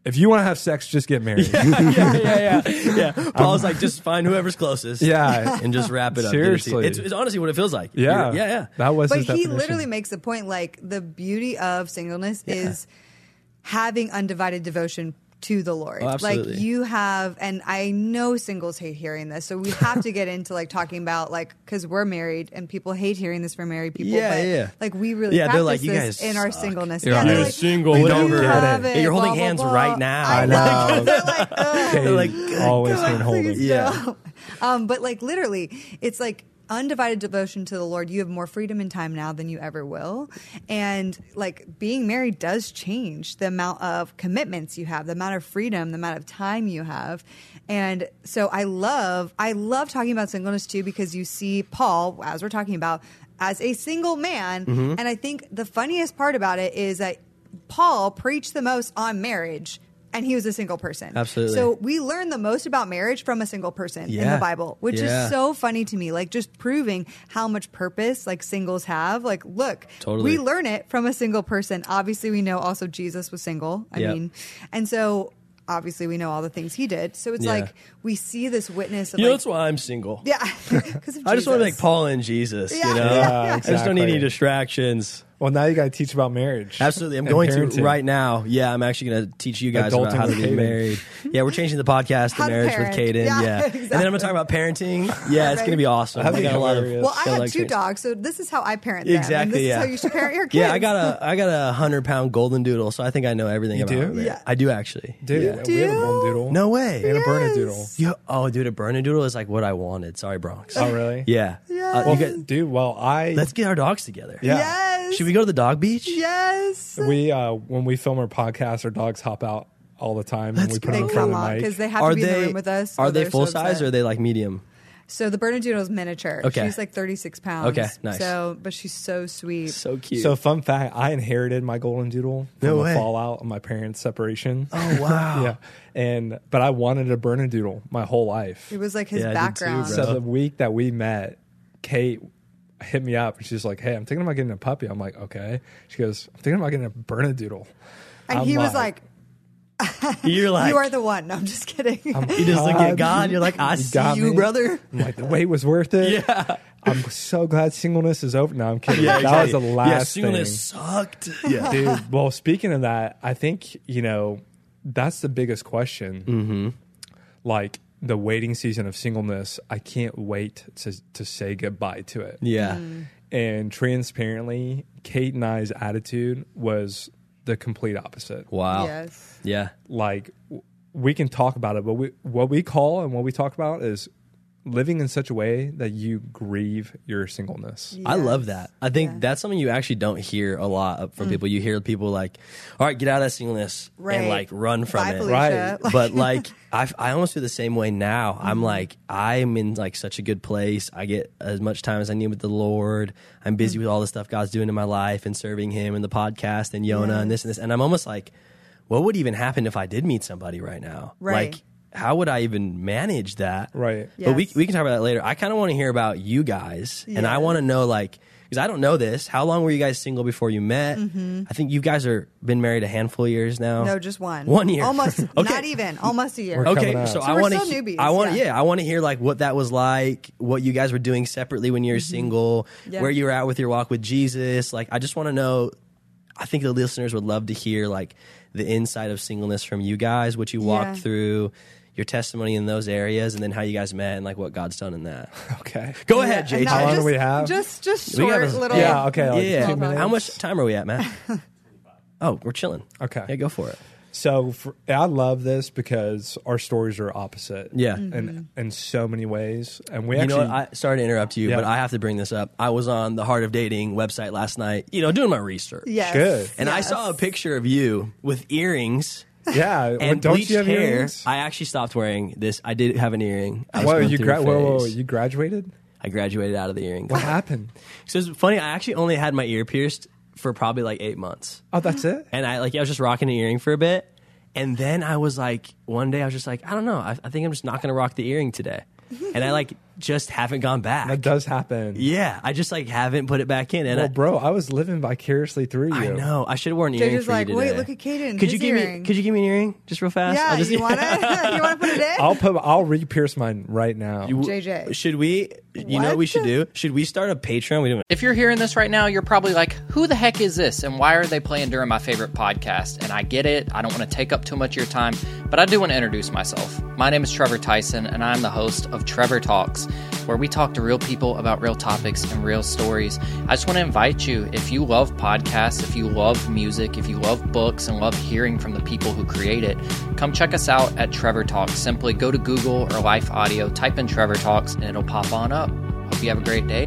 S6: if you want to have sex, just get married. Yeah.
S5: yeah, yeah, yeah. yeah. Paul's like, just find whoever's closest.
S6: Yeah.
S5: And just wrap it up. Get it to you.
S6: Seriously.
S5: It's, it's honestly what it feels like.
S6: Yeah.
S5: You're- Yeah, yeah.
S6: That was
S4: But
S6: his
S4: he
S6: definition.
S4: literally makes the point like the beauty of singleness is having undivided devotion to the Lord.
S5: Oh,
S4: like
S5: absolutely.
S4: you have, and I know singles hate hearing this, so we have to get into like talking about like because we're married and people hate hearing this for married people.
S5: Yeah,
S4: but,
S5: yeah.
S4: Like we really
S5: Yeah, they're
S4: practice
S5: like, "You
S4: this
S5: guys
S4: in our
S5: suck.
S4: singleness.
S6: You're
S4: yeah, they're
S6: guys
S4: like,
S5: single,
S4: "You
S6: whatever."
S4: have
S6: Yeah,
S4: it,
S5: you're holding
S4: blah, blah,
S5: hands
S4: blah."
S5: right now.
S4: I
S5: I
S4: know.
S6: know.
S4: They're like, "Ugh."
S6: They're
S5: like,
S6: like,
S5: good
S6: always
S4: God,
S6: been holding.
S4: please no. Um, but like literally, it's like undivided devotion to the Lord. You have more freedom and time now than you ever will. And like being married does change the amount of commitments you have, the amount of freedom, the amount of time you have. And so I love I love talking about singleness too because you see Paul as we're talking about as a single man and I think the funniest part about it is that Paul preached the most on marriage and he was a single person.
S5: Absolutely.
S4: So we learn the most about marriage from a single person in the
S5: Yeah.
S4: Bible, which
S5: Yeah.
S4: is so funny to me. Like just proving how much purpose like singles have. Like, look,
S5: Totally.
S4: we learn it from a single person. Obviously, we know also Jesus was single. I
S5: Yep.
S4: mean, and so obviously we know all the things he did. So it's
S5: Yeah.
S4: like we see this witness of
S5: You know,
S4: like,
S5: that's why I'm single.
S4: yeah, because
S5: I just want to make Paul and Jesus,
S4: Yeah,
S5: you know?
S4: yeah,
S6: yeah.
S5: I just don't need any
S6: Exactly.
S5: distractions.
S6: Well, now you got to teach about marriage.
S5: Absolutely. I'm
S6: and
S5: going to
S6: parenting.
S5: right now. Yeah, I'm actually going to teach you guys about
S6: Adulting
S5: how to
S6: with
S5: be
S6: Caden.
S5: married. Yeah, we're changing the podcast
S4: How
S5: to
S4: to
S5: Marriage
S4: parent.
S5: with Caden.
S4: Yeah,
S5: Yeah. And then I'm going to
S4: exactly.
S5: talk about parenting. Yeah,
S4: Right.
S5: it's going to be awesome.
S6: That'd
S5: I
S6: be
S5: got a lot of
S6: hilarious.
S4: Well, I
S5: got a
S4: have
S5: lot of
S4: two
S5: experience.
S4: dogs, so this is how I parent them. And this
S5: Exactly,
S4: is
S5: yeah.
S4: how you should parent your kids.
S5: Yeah, I got a I got a hundred pound golden doodle, so I think I know everything
S6: You
S5: about
S6: do?
S5: it.
S4: Yeah.
S5: I do actually.
S6: Dude,
S5: Yeah.
S6: we have a
S4: Dude.
S6: bone doodle.
S5: No way.
S6: And a burn
S4: Yes.
S6: doodle.
S5: Yo- oh, dude, a burn doodle is like what I wanted. Sorry, Bronx.
S6: Oh, really?
S5: Yeah. Uh,
S6: Well,
S5: you guys-
S6: dude, well, I.
S5: let's get our dogs together.
S6: Yeah.
S4: Yes.
S5: Should we go to the dog beach?
S4: Yes.
S6: We uh when we film our podcast, our dogs hop out all the time and
S5: Let's
S6: we put
S4: They
S6: them in front
S4: come
S6: of
S4: on
S6: the
S4: because
S6: mic.
S4: they have
S5: are
S4: to be
S5: they
S4: in the room with us. or
S5: are they
S4: they're so
S5: full size
S4: upset.
S5: or are they like medium?
S4: So the Bernadoodle's miniature.
S5: Okay.
S4: She's like 36 pounds.
S5: Okay, nice.
S4: So, but she's so sweet.
S5: So cute.
S6: so fun fact, I inherited my golden doodle from
S5: No
S6: the
S5: way.
S6: fallout of my parents' separation.
S5: oh wow.
S6: yeah. And but I wanted a Bernedoodle my whole life.
S4: it was like his
S5: Yeah, I did too,
S4: background.
S5: bro.
S6: So the week that we met, Kate hit me up and she's like, Hey, I'm thinking about getting a puppy. I'm like, Okay. She goes, I'm thinking about getting a Bernedoodle.
S4: and
S6: I'm
S4: he was like,
S5: You're like
S4: "You are the one." No, I'm just kidding.
S5: you just look at
S6: God,
S5: God. You're like, I
S6: you
S5: see
S6: got
S5: you,
S6: me.
S5: brother.
S6: I'm like, the wait was worth it. Yeah. I'm so glad singleness is over. No, I'm kidding. that
S5: exactly.
S6: was the last
S5: Yeah, singleness
S6: thing.
S5: sucked. Yeah.
S6: dude. Well, speaking of that, I think you know that's the biggest question. Mm-hmm. Like the waiting season of singleness, I can't wait to to say goodbye to it.
S5: Yeah.
S6: And transparently, Kate and I's attitude was the complete opposite.
S5: Wow.
S4: Yes.
S5: Yeah.
S6: Like w- we can talk about it, but we what we call and what we talk about is living in such a way that you grieve your singleness.
S5: I love that. I think that's something you actually don't hear a lot from people. You hear people like, "All right, get out of that singleness
S4: Mm. Right.
S5: and like run from
S4: Bye,
S5: it."
S4: Felicia. Mm-hmm.
S6: Right.
S4: Like-
S5: but like I, I almost feel the same way now. I'm like I'm in like such a good place. I get as much time as I need with the Lord. I'm busy
S4: Mm.
S5: with all the stuff God's doing in my life and serving Him and the podcast and Yona and this and this. And I'm almost like, what would even happen if I did meet somebody right now?
S4: Right.
S5: Like, how would I even manage that?
S6: Right.
S5: But we
S4: Yes.
S5: we can talk about that later. I kind of want to hear about you guys, and I
S4: Yes.
S5: want to know like. Because I don't know this. How long were you guys single before you met? I think you guys are been married a handful of years now.
S4: Mm-hmm. no, just one.
S5: One year.
S4: Almost.
S5: Okay.
S4: Not even. Almost a year.
S6: We're
S5: Okay,
S6: coming up.
S5: so,
S6: So
S5: I
S4: we're
S5: want
S4: still
S5: to.
S4: newbies,
S5: I want.
S4: yeah.
S5: Yeah, I want to hear like what that was like, what you guys were doing separately when you were single,
S4: Mm-hmm. Yeah.
S5: where you were at with your walk with Jesus. Like, I just want to know. I think the listeners would love to hear like the inside of singleness from you guys, what you walked
S4: Yeah.
S5: through, your testimony in those areas, and then how you guys met and like what God's done in that.
S6: Okay.
S5: Go ahead,
S4: And
S5: JJ.
S4: not
S6: How long do
S4: just-
S6: we have?
S4: Just, just
S5: We
S4: short
S5: got a-
S4: little.
S6: Yeah, okay. like
S5: yeah. How
S6: two minutes.
S5: much time are we at, Matt? oh, we're chilling.
S6: Okay.
S5: Yeah, go for it.
S6: So for, I love this because our stories are opposite.
S5: Yeah.
S6: in in so many ways, and we
S5: You know
S6: actually
S5: what? I sorry to interrupt you,
S6: Yeah.
S5: but I have to bring this up. I was on the Heart of Dating website last night, you know, doing my research.
S4: Yes.
S6: Good.
S5: And I saw a
S4: Yes.
S5: picture of you with earrings
S6: Yeah, well,
S5: and
S6: don't
S5: bleached
S6: you have
S5: hair.
S6: earrings?
S5: I actually stopped wearing this. I did have an earring. I was
S6: Whoa,
S5: going
S6: you
S5: through
S6: gra-
S5: a
S6: whoa, whoa, whoa,
S5: phase.
S6: you graduated?
S5: I graduated out of the earring.
S6: What happened?
S5: So it's funny. I actually only had my ear pierced for probably like eight months,
S6: Oh, that's it.
S5: and I like I was just rocking an earring for a bit, and then I was like, one day I was just like, I don't know. I, I think I'm just not gonna rock the earring today, and I like just haven't gone
S6: That
S5: back.
S6: does happen.
S5: Yeah, I just like haven't put it back in, and
S6: Well,
S5: I,
S6: bro, I was living vicariously through you.
S5: I know I should have worn an
S4: They're
S5: earring.
S4: just
S5: for you
S4: like, wait,
S5: today.
S4: look at Caden,
S5: Could you
S4: his
S5: give
S4: earring.
S5: me? Could you give me an earring just real fast?
S4: Yeah,
S5: I'll just,
S4: you want to? you want to put it in?
S6: I'll put. I'll re-pierce mine right now.
S5: You-
S4: JJ.
S5: Should we? You know what we should do? Should we start a Patreon? We don't.
S7: If you're hearing this right now, you're probably like, who the heck is this and why are they playing during my favorite podcast? And I get it. I don't want to take up too much of your time, but I do want to introduce myself. My name is Trevor Tyson, and I'm the host of Trevor Talks, where we talk to real people about real topics and real stories. I just want to invite you if you love podcasts, if you love music, if you love books and love hearing from the people who create it, come check us out at Trevor Talks. Simply go to Google or Life Audio, type in Trevor Talks, and it'll pop on up. Hope you have a great day.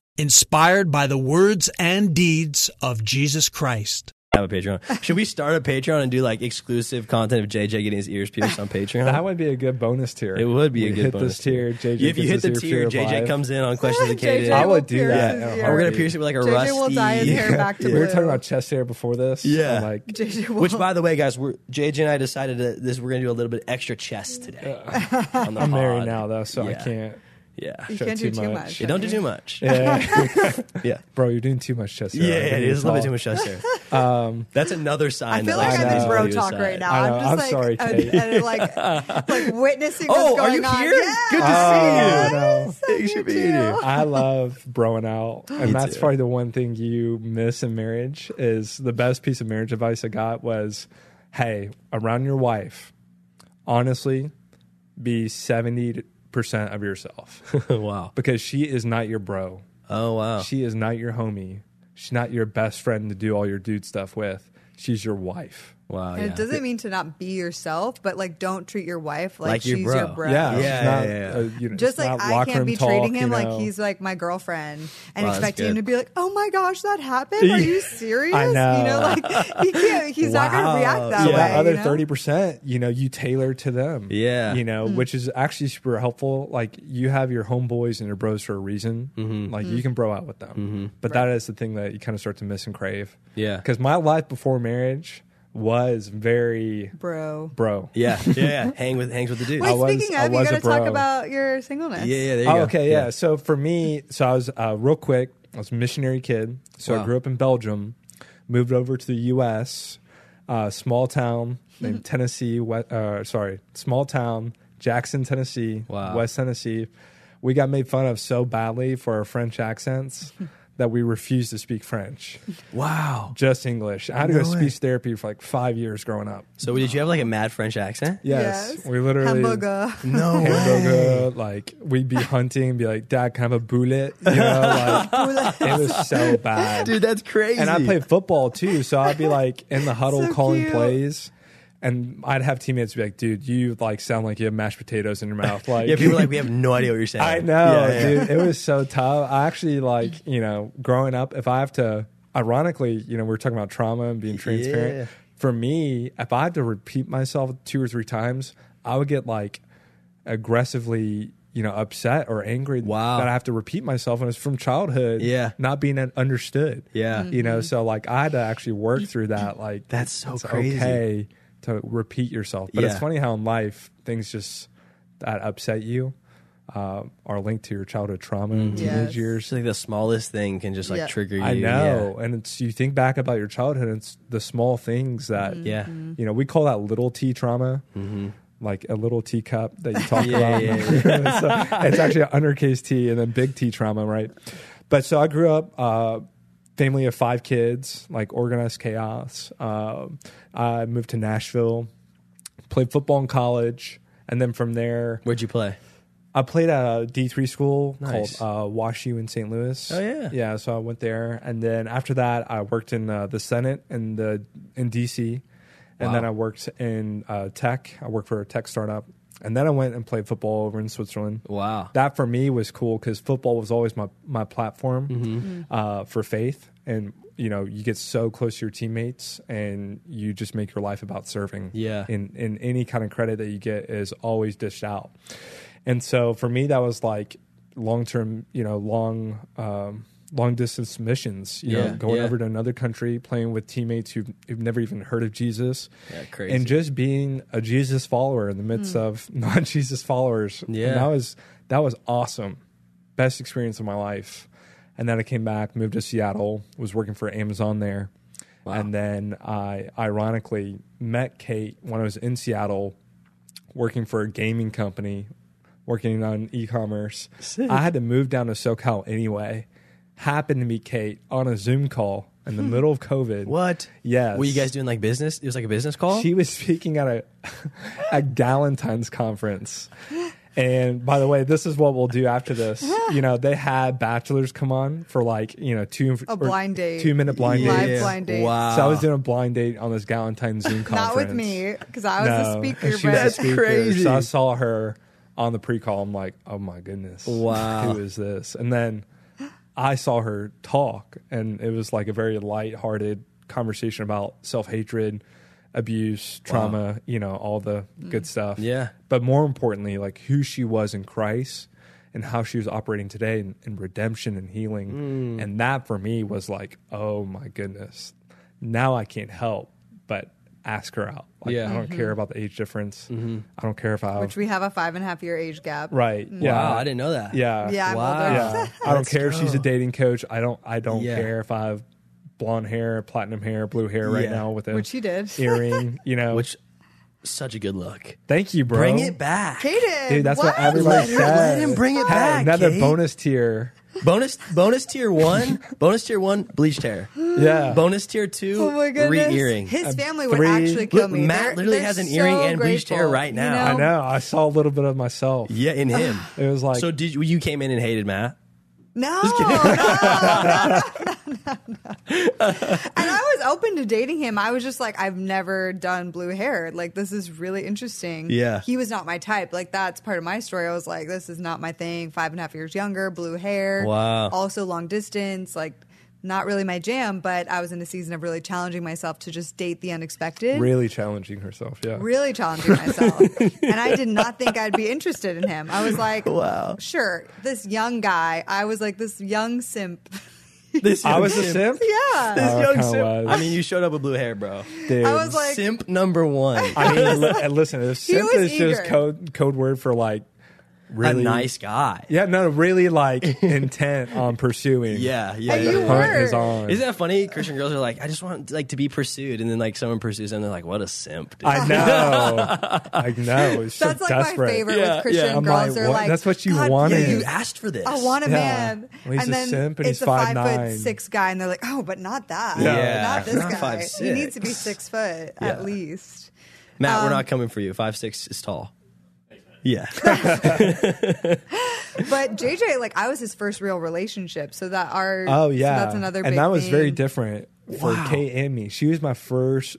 S8: inspired by the words and deeds of Jesus Christ.
S5: have a Patreon. Should we start a Patreon and do like exclusive content of JJ getting his ears pierced on
S6: that
S5: Patreon?
S6: would be a good bonus tier.
S5: It would be a
S6: We
S5: good
S6: hit
S5: bonus
S6: this tier. JJ
S5: if you hit
S6: gets
S5: the
S6: his
S5: tier,
S6: ear pierced
S5: JJ
S6: live.
S5: comes in on questions of Katie.
S4: JJ
S6: I
S4: will
S6: would do
S4: pierce
S6: that.
S4: his
S6: Yeah.
S4: ear.
S5: We're gonna
S6: Alright.
S5: pierce it with like a rusty.
S4: JJ will dye his hair back to
S6: We were
S4: blue.
S6: talking about chest hair before this.
S5: Yeah.
S6: I'm like
S4: JJ will.
S5: Which, by the way, guys, we're, JJ and I decided that this we're gonna do a little bit extra chest today. on the
S6: I'm married
S5: pod.
S6: now though, so I
S5: Yeah.
S6: can't.
S5: Yeah.
S4: you
S6: show
S4: can't
S6: too
S4: do too
S6: much.
S4: much.
S5: Hey, don't do
S4: okay?
S5: too much. Yeah,
S6: Yeah,
S5: yeah,
S6: bro, you're doing too much chest hair.
S5: yeah,
S6: I'm
S5: it
S6: getting
S5: is a little bit
S6: tall.
S5: too much chest hair. Um, That's another sign.
S4: I feel
S5: that,
S4: like
S6: I
S4: I'm in
S6: know.
S4: bro
S5: somebody was
S4: talk right
S5: sad.
S4: now.
S6: I know.
S4: I'm just
S6: I'm
S4: like,
S6: sorry,
S4: uh,
S6: Kate.
S4: uh, like, like witnessing
S5: Oh,
S4: what's
S5: are
S4: going
S5: you
S4: on.
S5: here?
S4: Yeah.
S5: Good to
S6: Oh,
S5: see you.
S6: no.
S5: It should be in here.
S6: I love broing out, and that's
S5: too.
S6: probably the one thing you miss in marriage. Is the best piece of marriage advice I got was, "Hey, around your wife, honestly, be seventy percent of yourself
S5: Oh, wow.
S6: because she is not your bro,
S5: Oh wow.
S6: she is not your homie, she's not your best friend to do all your dude stuff with. She's your wife.
S4: And
S5: Wow. Oh, Yeah.
S4: it doesn't mean to not be yourself, but like, don't treat your wife like,
S5: Like your
S4: she's
S5: bro.
S4: your bro.
S6: Yeah,
S5: Yeah,
S6: she's not,
S5: yeah, yeah.
S6: uh, you know,
S4: Just
S6: it's
S4: like
S6: not
S4: I
S6: locker
S4: can't
S6: room
S4: be
S6: talk,
S4: treating
S6: you
S4: him
S6: know.
S4: like he's like my girlfriend and
S5: Wow, that's
S4: expecting him
S5: good.
S4: to be like, "Oh my gosh, that happened? Are you serious?" You know,
S6: know.
S4: like he can't. He's not going
S5: Wow.
S4: to react that
S6: so
S4: way.
S6: that other
S4: you know?
S6: thirty percent, you know, you tailor to them.
S5: Yeah.
S6: you
S4: Hmm.
S6: know, which is actually super helpful. Like you have your homeboys and your bros for a reason.
S5: Mm-hmm.
S6: Like
S4: Hmm.
S6: you can bro out with them, but that is the thing that you kind of start to miss and crave.
S5: Yeah.
S6: because my life before marriage was very
S4: bro.
S6: bro.
S5: yeah. Yeah. yeah. Hang with hangs with the dude.
S4: Wait,
S6: was-
S4: speaking
S6: I
S4: of, you
S6: was a
S4: got to talk
S6: bro.
S4: about your singleness.
S5: Yeah, yeah, there you
S6: oh,
S5: go.
S6: okay, yeah. So for me, so I was uh, real quick. I was a missionary kid. So
S5: Wow.
S6: I grew up in Belgium, moved over to the U.S. Uh, small town named Tennessee. we- Uh, sorry, small town Jackson, Tennessee.
S5: Wow.
S6: West Tennessee. We got made fun of so badly for our French accents that we refused to speak French,
S5: Wow.
S6: just English. I had to go
S5: No
S6: to
S5: way.
S6: speech therapy for like five years growing up.
S5: So did you have like a mad French accent?
S6: Yes,
S4: Yes.
S6: we literally
S4: Hamburger.
S5: No.
S6: hamburger. uh, Like we'd be hunting and be like, "Dad, can I have a bullet?" You know, like it was so bad.
S5: Dude, that's crazy.
S6: and I played football too, so I'd be like in the huddle
S4: So
S6: calling
S4: cute.
S6: plays, and I'd have teammates be like, "Dude, you like sound like you have mashed potatoes in your mouth." Like,
S5: Yeah, people are like, we have no idea what you're saying.
S6: I
S5: Yeah,
S6: know,
S5: yeah.
S6: dude. It was so tough. I actually like, you know, growing up, if I have to, ironically, you know, we are talking about trauma and being transparent.
S5: Yeah.
S6: For me, if I had to repeat myself two or three times, I would get like aggressively, you know, upset or angry
S5: Wow.
S6: that I have to repeat myself. And it's from childhood,
S5: Yeah.
S6: not being un- understood.
S5: Yeah.
S6: You know, so like I had to actually work through that. Like,
S5: That's so
S6: it's
S5: crazy.
S6: okay to repeat yourself. But
S5: Yeah.
S6: it's funny how in life things just that upset you uh, are linked to your childhood trauma and
S4: Yes.
S6: teenage years.
S5: Just like the smallest thing can just like
S4: Yeah.
S5: trigger you.
S6: I know, and it's you think back about your childhood. and It's the small things that
S5: Yeah. Mm-hmm.
S6: you know. We call that little t trauma, like a little teacup that you talk
S5: Yeah,
S6: about.
S5: yeah,
S6: so it's actually an undercase T and then big T trauma, right? But so I grew up uh, family of five kids, like organized chaos. Um, I moved to Nashville, played football in college, and then from there,
S5: Where'd you play?
S6: I played at a D three school
S5: Nice.
S6: called uh, WashU in St. Louis.
S5: Oh, yeah.
S6: yeah. So I went there, and then after that, I worked in uh, the Senate in the in DC, and then I worked in uh, tech. I worked for a tech startup, and then I went and played football over in Switzerland.
S5: Wow.
S6: that for me was cool because football was always my my platform
S5: Mm-hmm.
S6: uh, for faith, and you know you get so close to your teammates, and you just make your life about serving.
S5: Yeah.
S6: in and, and any kind of credit that you get is always dished out. And so for me, that was like long term, you know, long, um, long distance missions, you
S5: Yeah,
S6: know, going
S5: yeah.
S6: over to another country, playing with teammates who've, who've never even heard of Jesus.
S5: Yeah, crazy.
S6: And just being a Jesus follower in the midst of non Jesus followers. And
S5: Hmm. Yeah.
S6: that was, that was awesome. Best experience of my life. And then I came back, moved to Seattle, was working for Amazon there. And then I ironically met Kate when I was in Seattle working for a gaming company, working on e commerce. I had to move down to SoCal anyway. Happened to meet Kate on a Zoom call in the middle of COVID.
S5: Hmm. What?
S6: Yes.
S5: Were you guys doing like business? It was like a business call?
S6: She was speaking at a at Galentine's conference. And by the way, this is what we'll do after this. You know, they had bachelors come on for like, you know, two
S4: A
S6: or
S4: blind date.
S6: Two minute blind
S4: Live
S6: date.
S4: blind date.
S5: Wow.
S6: So I was doing a blind date on this Galentine's Zoom conference.
S4: Not with me, because I was a
S6: No,
S4: speaker,
S6: and she
S4: but
S6: was a
S5: That's
S6: speaker.
S5: crazy.
S6: So I saw her on the pre-call. I'm like, oh my goodness,
S5: Wow.
S6: who is this? And then I saw her talk, and it was like a very light-hearted conversation about self-hatred, abuse, trauma, you know, all the good stuff.
S5: Yeah.
S6: But more importantly, like who she was in Christ. And how she was operating today in, in redemption and healing.
S5: Mm.
S6: And that for me was like, oh my goodness. Now I can't help but ask her out. Like,
S5: Yeah. Mm-hmm.
S6: I don't care about the age difference. I don't care if I
S4: Mm-hmm. which we have a five and a half year age gap.
S6: right. Yeah.
S5: Wow, I didn't know that.
S6: Yeah.
S4: Yeah. I'm
S5: Wow.
S4: older.
S6: Yeah. I don't care if she's a dating coach. I don't. I don't
S5: Yeah.
S6: care if I have blonde hair, platinum hair, blue hair right
S5: Yeah.
S6: now with a
S4: Which he did.
S6: earring. You know.
S5: Which, such a good look.
S6: thank you, bro.
S5: Bring it back.
S4: He did.
S6: dude. That's
S4: What?
S6: what, everybody says.
S5: Let him bring it
S6: Hey,
S5: back,
S6: Another
S5: Kate.
S6: bonus tier.
S5: Bonus bonus tier one. bonus tier one, bleached hair.
S6: Yeah.
S5: Bonus tier two,
S4: Oh my goodness.
S5: re-earring. Um,
S4: His family
S6: three-
S4: would actually kill
S5: Look,
S4: me.
S5: Matt
S4: They're-
S5: literally
S4: they're
S5: has an
S4: so
S5: earring and bleached hair
S4: grateful,
S5: right
S4: you
S5: now.
S6: I know. I saw a little bit of myself.
S5: yeah, in him.
S6: It was like.
S5: so did you, you came in and hated Matt?
S4: No, no, no, no, no, And I was open to dating him. I was just like, I've never done blue hair. Like, this is really interesting.
S5: Yeah.
S4: He was not my type. Like, that's part of my story. I was like, this is not my thing. Five and a half years younger, blue hair.
S5: Wow.
S4: Also long distance. Like, not really my jam, but I was in a season of really challenging myself to just date the unexpected
S6: Really challenging herself, yeah.
S4: really challenging myself. and I did not think I'd be interested in him. I was like, wow. Sure, this young guy. I was like, this young simp.
S5: This
S6: I
S5: young
S6: was a simp.
S4: Yeah.
S5: This
S6: Oh, I
S5: young
S6: kinda
S5: simp.
S6: was.
S5: I mean, you showed up with blue hair, bro.
S6: Dude.
S4: I was like,
S5: simp number one.
S6: I mean, li- listen, if simp
S4: was
S6: is just
S4: eager.
S6: code code word for like
S5: a
S6: really
S5: nice guy.
S6: Yeah, no, really like intent on pursuing.
S5: Yeah, yeah.
S4: And
S5: yeah.
S6: The
S4: you
S6: hunt is
S4: were.
S6: on.
S5: Isn't that funny? Christian girls are like, I just want like to be pursued, and then like someone pursues them, they're like, what a simp. Dude.
S6: I know. I know. It's
S4: that's
S6: so
S4: like
S6: desperate.
S4: my favorite
S5: Yeah,
S4: with Christian
S5: yeah.
S6: I'm
S4: girls.
S6: like,
S4: They're
S6: what?
S4: like,
S6: That's what you
S4: "God,
S6: wanted."
S5: yeah,
S6: Yeah.
S5: you asked for this.
S4: I want a
S6: Yeah.
S4: man.
S6: Well, he's
S4: and
S6: a
S4: then
S6: simp and
S4: it's
S6: he's
S4: a five foot
S6: 5'9".
S4: six guy, and they're like, oh, but not that.
S5: Yeah.
S4: Not this
S5: Not
S4: guy.
S5: five,
S4: He needs
S5: six.
S4: to be six foot
S5: Yeah.
S4: at least.
S5: Matt,
S4: um,
S5: we're not coming for you. Five six is tall. Yeah.
S4: But JJ, like, I was his first real relationship. So that our.
S6: Oh yeah,
S4: So that's another
S6: And
S4: big
S6: that was
S4: thing.
S6: very different for
S5: Wow.
S6: Kate and me. She was my first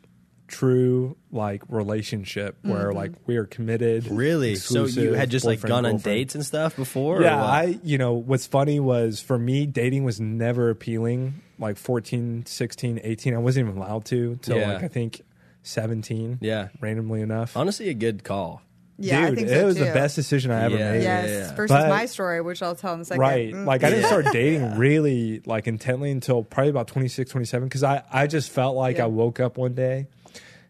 S6: true like relationship where
S4: Mm-hmm.
S6: like we are committed.
S5: really? So you
S6: exclusive,
S5: had just like
S6: boyfriend,
S5: gone on
S6: girlfriend.
S5: dates and stuff before? or
S6: Yeah,
S5: what?
S6: I you know what's funny was for me dating was never appealing like 14, 16, 18. I wasn't even allowed to till
S5: Yeah.
S6: like I think 17.
S5: Yeah.
S6: Randomly enough.
S5: honestly a good call.
S4: Yeah, I
S6: Dude,
S4: think
S6: it
S4: so
S6: was the
S4: too.
S6: best decision I ever
S5: Yeah.
S6: made.
S5: Yeah.
S4: Yes, versus
S6: But-
S4: my story, which I'll tell in a second.
S6: Right.
S4: Mm.
S6: Like I didn't start dating really like intently until probably about 26, 27 cuz I I just felt like
S4: Yeah.
S6: I woke up one day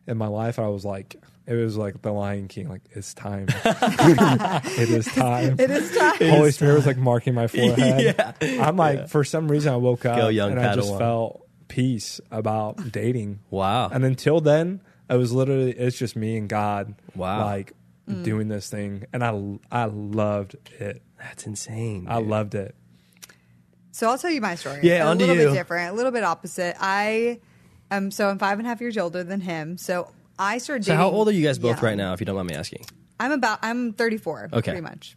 S6: in my life I was like it was like the Lion King like it's time. it is time.
S4: It is time.
S6: Holy Spirit was like marking my forehead.
S5: Yeah.
S6: I'm like for some reason I woke up
S5: young
S6: and I just
S5: Padawan.
S6: felt peace about dating.
S5: Wow.
S6: And until then, it was literally it's just me and God.
S5: Wow.
S6: Like
S4: Mm.
S6: doing this thing and I I loved it.
S5: That's insane.
S6: I
S5: dude.
S6: loved it.
S4: So I'll tell you my story.
S5: Yeah,
S4: a
S5: onto
S4: little
S5: you.
S4: bit different, a little bit opposite. I am so I'm five and a half years older than him. So I started.
S5: So how
S4: dating-
S5: old are you guys both
S4: Yeah.
S5: right now, if you don't mind me asking?
S4: I'm about I'm 34.
S5: Okay.
S4: pretty much.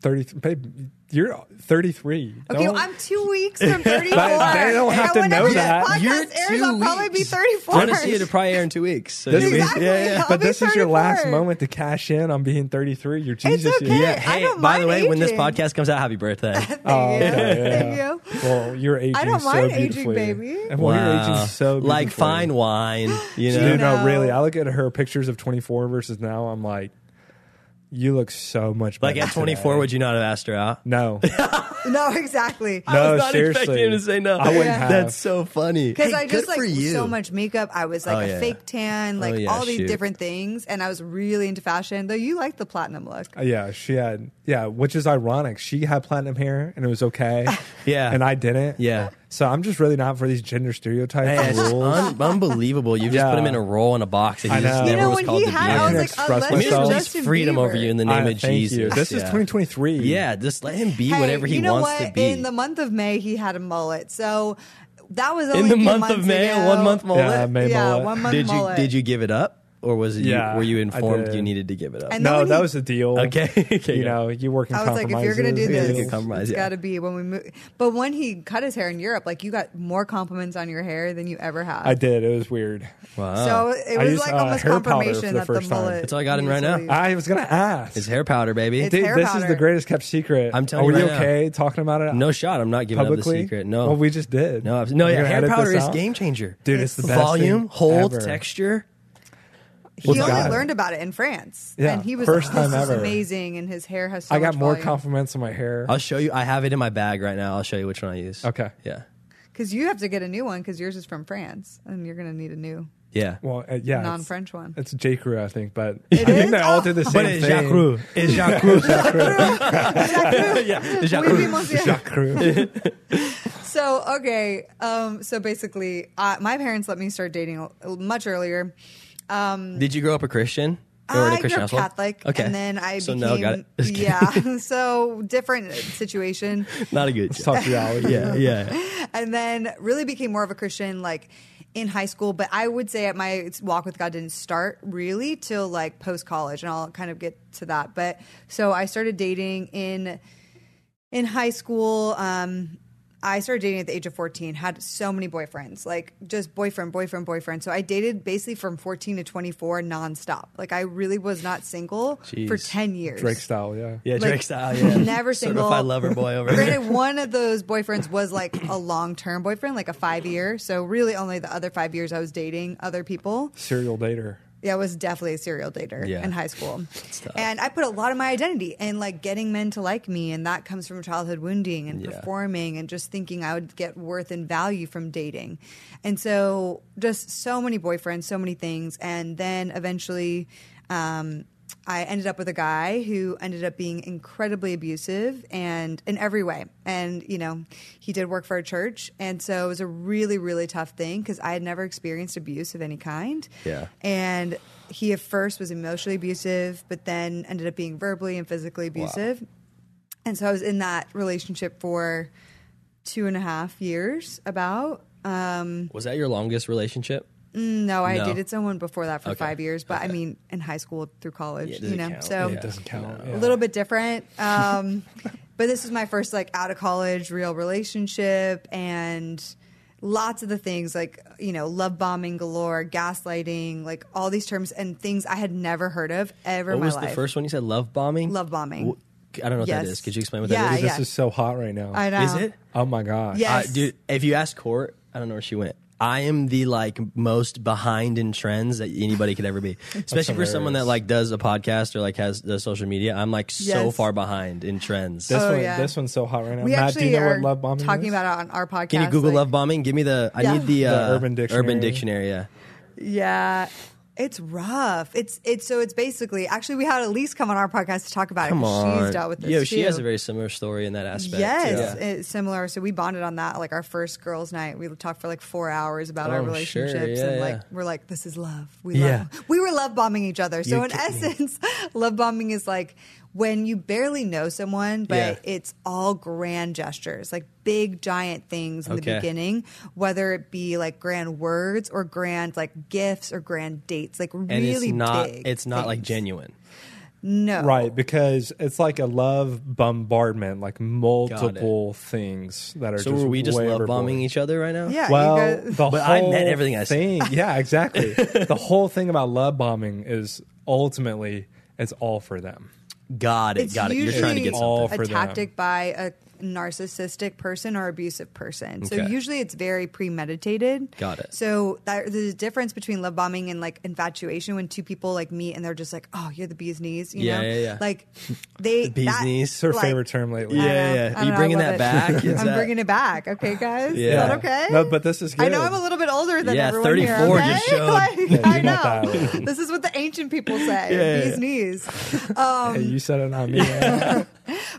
S6: Thirty, babe, you're thirty three.
S4: Okay, well, I'm two weeks from 34.
S6: They don't have
S4: and
S6: to
S4: whenever
S6: know
S4: this
S6: that.
S4: podcast
S5: You're
S4: airs,
S5: two
S4: I'll probably be
S5: weeks.
S4: 34.
S5: Honestly, it'll probably air in two weeks. So
S6: This
S5: you-
S6: is-
S4: Exactly.
S5: yeah, yeah.
S4: I'll
S6: but
S4: be
S6: this is your last
S4: 34.
S6: moment to cash in on being 33. Your Jesus
S4: okay.
S6: year.
S4: Yeah.
S5: Yeah,
S4: I
S5: hey,
S4: don't
S5: by the way,
S4: mind
S5: when this
S4: aging.
S5: podcast comes out, happy birthday.
S6: Oh, okay, yeah.
S4: Thank you.
S6: Well, you're aging
S4: don't
S6: so
S4: mind aging,
S6: beautifully.
S4: baby.
S6: And well, you're aging so beautifully.
S5: like fine wine, you know.
S6: Dude,
S4: know?
S6: no, really. I look at her pictures of 24 versus now. I'm like, you look so much better.
S5: Like at 24,
S6: today.
S5: would you not have asked her out?
S6: No,
S4: No, exactly.
S6: no,
S5: I was not
S6: seriously.
S5: expecting him to say no.
S6: I wouldn't
S4: Yeah.
S6: have.
S5: That's so funny.
S4: Because
S5: Hey,
S4: I
S5: good
S4: just like
S5: for you.
S4: so much makeup. I was like
S5: Oh,
S4: a
S5: yeah.
S4: fake tan, like
S5: Oh, yeah,
S4: all these
S5: shoot.
S4: different things. And I was really into fashion, though you like the platinum look.
S6: yeah, she had. Yeah, which is ironic. She had platinum hair and it was okay.
S5: Yeah.
S6: and I didn't.
S5: Yeah.
S6: So I'm just really not for these gender stereotypes
S5: Hey,
S6: and
S5: it's just
S6: rules.
S5: un- unbelievable. You just
S6: Yeah.
S5: put him in a roll in a box, and he
S6: I
S5: just
S6: know.
S5: never
S4: You know,
S5: was
S4: when
S5: called
S4: he
S5: to
S4: had,
S5: be
S4: I
S6: I
S5: here.
S6: can
S4: was like, uh,
S6: express
S4: unless
S5: Let me
S4: you're
S5: just
S6: myself.
S5: release
S4: Justin
S5: freedom
S4: Bieber.
S5: over you in the name
S6: I
S5: of
S6: thank
S5: Jesus.
S6: you. This is
S5: Yeah.
S6: 2023.
S5: Yeah, just let him be
S4: Hey,
S5: whatever he
S4: you know
S5: wants
S4: what?
S5: to be.
S4: In the month of May, he had a mullet. So that was
S5: In
S4: only
S5: the
S4: a few
S5: month of
S4: months
S5: May,
S4: ago.
S5: one month mullet.
S6: Yeah, May
S4: yeah,
S6: mullet.
S4: one month
S5: did you
S4: mullet.
S5: did you give it up, or was it you,
S6: Yeah,
S5: were you
S6: I
S5: informed
S6: did.
S5: you needed to give it up?
S4: And then
S6: No,
S4: when
S6: that
S4: he-
S6: was a deal.
S5: Okay, okay,
S6: you
S5: yeah.
S6: know, you work in
S4: I was like, if you're gonna do
S6: compromises.
S5: Yeah, you
S4: this,
S5: could compromise,
S4: it's
S5: yeah.
S4: got to be when we move. But when he cut his hair in Europe, like you got more compliments on your hair than you ever had.
S6: I did. It was weird.
S5: Wow.
S4: So
S6: I
S4: it was
S6: used,
S4: like
S6: uh,
S4: almost
S6: hair powder for
S4: confirmation
S6: the
S4: that the
S6: first time.
S4: mullet.
S5: That's all I got in
S4: needs
S5: right
S4: to
S5: now.
S4: leave.
S6: I was gonna ask.
S5: it's hair powder, baby.
S4: It's
S6: Dude,
S4: hair
S6: this is
S4: powder.
S6: the greatest kept secret.
S5: I'm telling
S6: Are
S5: you right
S6: we
S5: now.
S6: okay talking about it?
S5: no shot. I'm not giving up
S6: publicly.
S5: the secret. No,
S6: Well, we just did.
S5: no, abs- no.
S6: You're
S5: Yeah,
S6: gonna
S5: hair
S6: edit
S5: powder
S6: this
S5: is
S6: out?
S5: game changer,
S6: Dude, it's the best
S5: Volume,
S6: thing
S5: hold,
S6: ever.
S5: texture.
S4: He only
S6: What's that?
S4: learned about it in France,
S6: uh, Yeah,
S4: and he was
S6: first
S4: like, "This
S6: time
S4: is
S6: ever.
S4: amazing." And his hair has. So
S6: I got more
S4: confidence
S6: compliments on my hair.
S5: I'll show you. I have it in my bag right now. I'll show you which one I use.
S6: Okay.
S5: Yeah.
S4: because you have to get a new one because yours is from France, and you're gonna need a new
S5: Yeah.
S6: well, uh, yeah, it's-
S4: non-French one.
S6: It's J Crew, I think, but I
S4: It
S6: think
S4: is?
S6: they all did the
S4: Oh.
S6: same thing.
S5: It's Jacques Roux. yeah.
S4: Oui, oui, monsieur.
S6: J Crew.
S4: So okay, um, so basically, uh, my parents let me start dating a- much earlier.
S5: Did you grow up a Christian? Or in a
S4: I
S5: Christian
S4: grew up
S5: household?
S4: Catholic,
S5: Okay.
S4: and then I
S5: so
S4: became
S5: no, got it. Just kidding.
S4: yeah. so different situation.
S5: Not a good.
S6: Let's talk reality.
S5: Yeah, yeah.
S4: and then really became more of a Christian like in high school. But I would say at my walk with God didn't start really till like post college, and I'll kind of get to that. But so I started dating in in high school. Um, I started dating at the age of 14, had so many boyfriends, like just boyfriend, boyfriend, boyfriend. So I dated basically from 14 to 24 nonstop. Like I really was not single for
S5: Jeez.
S4: 10 years.
S6: Drake style, yeah.
S5: Yeah,
S4: Like,
S5: Drake style. Yeah.
S4: never single.
S5: Certified lover boy over here.
S4: Granted, one of those boyfriends was like a long term boyfriend, like a five year. So really, only the other five years I was dating other people.
S6: Serial dater.
S4: Yeah, I was definitely a serial dater
S5: Yeah.
S4: in high school, and I put a lot of my identity in like getting men to like me, and that comes from childhood wounding and
S5: Yeah.
S4: performing, and just thinking I would get worth and value from dating, and so just so many boyfriends, so many things, and then eventually. Um, I ended up with a guy who ended up being incredibly abusive and in every way. And, you know, he did work for a church. And so it was a really, really tough thing because I had never experienced abuse of any kind.
S5: Yeah.
S4: And he at first was emotionally abusive, but then ended up being verbally and physically abusive. And so I was in that relationship for two and a half years, about. Um,
S5: Was that your longest relationship?
S4: no, I
S5: No.
S4: dated someone before that for
S5: Okay.
S4: five years, but I mean, in high school through college,
S5: Yeah, it
S4: you
S5: doesn't
S4: know.
S5: count.
S4: So
S5: Yeah,
S6: It doesn't count. yeah.
S4: Oh. a little bit different. Um, but this was my first like out of college real relationship and lots of the things like you know love bombing galore gaslighting like all these terms and things i had never heard of ever in
S5: What
S4: my
S5: was
S4: life
S5: the first one you said? Love bombing.
S4: Love bombing.
S5: W- I don't know what that
S4: Yes.
S5: is. Could you explain what
S4: Yeah,
S5: that is?
S6: This is so hot right now.
S4: i know
S5: Is it?
S6: Oh my gosh.
S4: Yeah.
S5: I-
S4: Yes.
S5: dude, if you ask Court, I don't know where she went. I am the like most behind in trends that anybody could ever be, especially for someone that
S6: hilarious.
S5: like does a podcast or like has the social media. I'm like so
S4: Yes.
S5: far behind in trends.
S6: This
S4: Oh,
S6: one,
S4: yeah.
S6: this one's so hot right now.
S4: we
S6: Matt, do
S4: actually
S6: you know
S4: are
S6: what love bombing
S4: talking
S6: is?
S4: about it on our podcast
S5: Can you Google
S4: like-
S5: love bombing? Give me the. I
S4: Yeah.
S5: need the, uh,
S6: Urban Dictionary.
S5: Dictionary, Yeah.
S4: Yeah. It's rough. It's it's so it's basically actually we had Elise come on our podcast to talk about
S5: Come
S4: it. 'cause
S5: on.
S4: She's dealt with this.
S5: Yo, she
S4: too.
S5: has a very similar story in that aspect.
S4: Yes,
S5: Yeah.
S4: it's similar. So we bonded on that, like our first girls' night. We talked for like four hours about our
S5: Oh, sure.
S4: relationships,
S5: Yeah,
S4: and like
S5: yeah.
S4: we're like, this is love. We
S6: Yeah.
S4: love. We were love bombing each other. So
S5: You
S4: in
S5: kidding me.
S4: essence, love bombing is like when you barely know someone, but
S5: Yeah.
S4: it's all grand gestures, like big giant things in
S5: Okay.
S4: the beginning, whether it be like grand words or grand like gifts or grand dates, like
S5: and
S4: really
S5: it's not
S4: big.
S5: it's not like
S4: things.
S5: genuine.
S4: No,
S6: Right, because it's like a love bombardment, like multiple things that are
S5: So
S6: just
S5: were we just
S6: way
S5: love
S6: overboard.
S5: bombing each other right now?
S4: Yeah, you
S6: Well,
S4: guys-
S6: the
S5: But I
S6: whole
S5: meant everything I said.
S6: thing, yeah, exactly. the whole thing about love bombing is ultimately it's all for them.
S5: Got it.
S4: it's
S5: got it. You're
S4: usually
S5: trying to get something.
S6: All for
S4: a
S6: them.
S4: tactic by a narcissistic person or abusive person. So
S5: Okay.
S4: usually it's very premeditated.
S5: Got it.
S4: So that, there's a difference between love bombing and like infatuation when two people like meet and they're just like, oh, you're the bee's knees. You
S5: Yeah,
S4: know?
S5: yeah, yeah.
S4: Like they
S5: The bee's
S4: that-
S5: knees.
S6: It's her
S4: like-
S6: favorite term lately.
S4: I
S5: Yeah,
S4: know.
S5: yeah.
S4: I
S5: You
S4: know, I
S5: bringing
S4: love
S5: that
S4: it.
S5: back? Is
S4: I'm
S5: that-
S4: bringing it back. Okay, guys.
S5: Yeah.
S4: Is that okay?
S6: No, but this is
S4: I know
S6: good.
S4: I'm a little bit older than
S5: Yeah,
S4: everyone here.
S5: 34
S4: okay?
S5: just showed.
S4: Like,
S6: Yeah,
S4: I
S6: you're not that
S4: know.
S6: old.
S4: This is what the ancient people say.
S5: Yeah, yeah,
S4: bee's
S5: yeah.
S4: knees.
S6: Hey, you said it on me.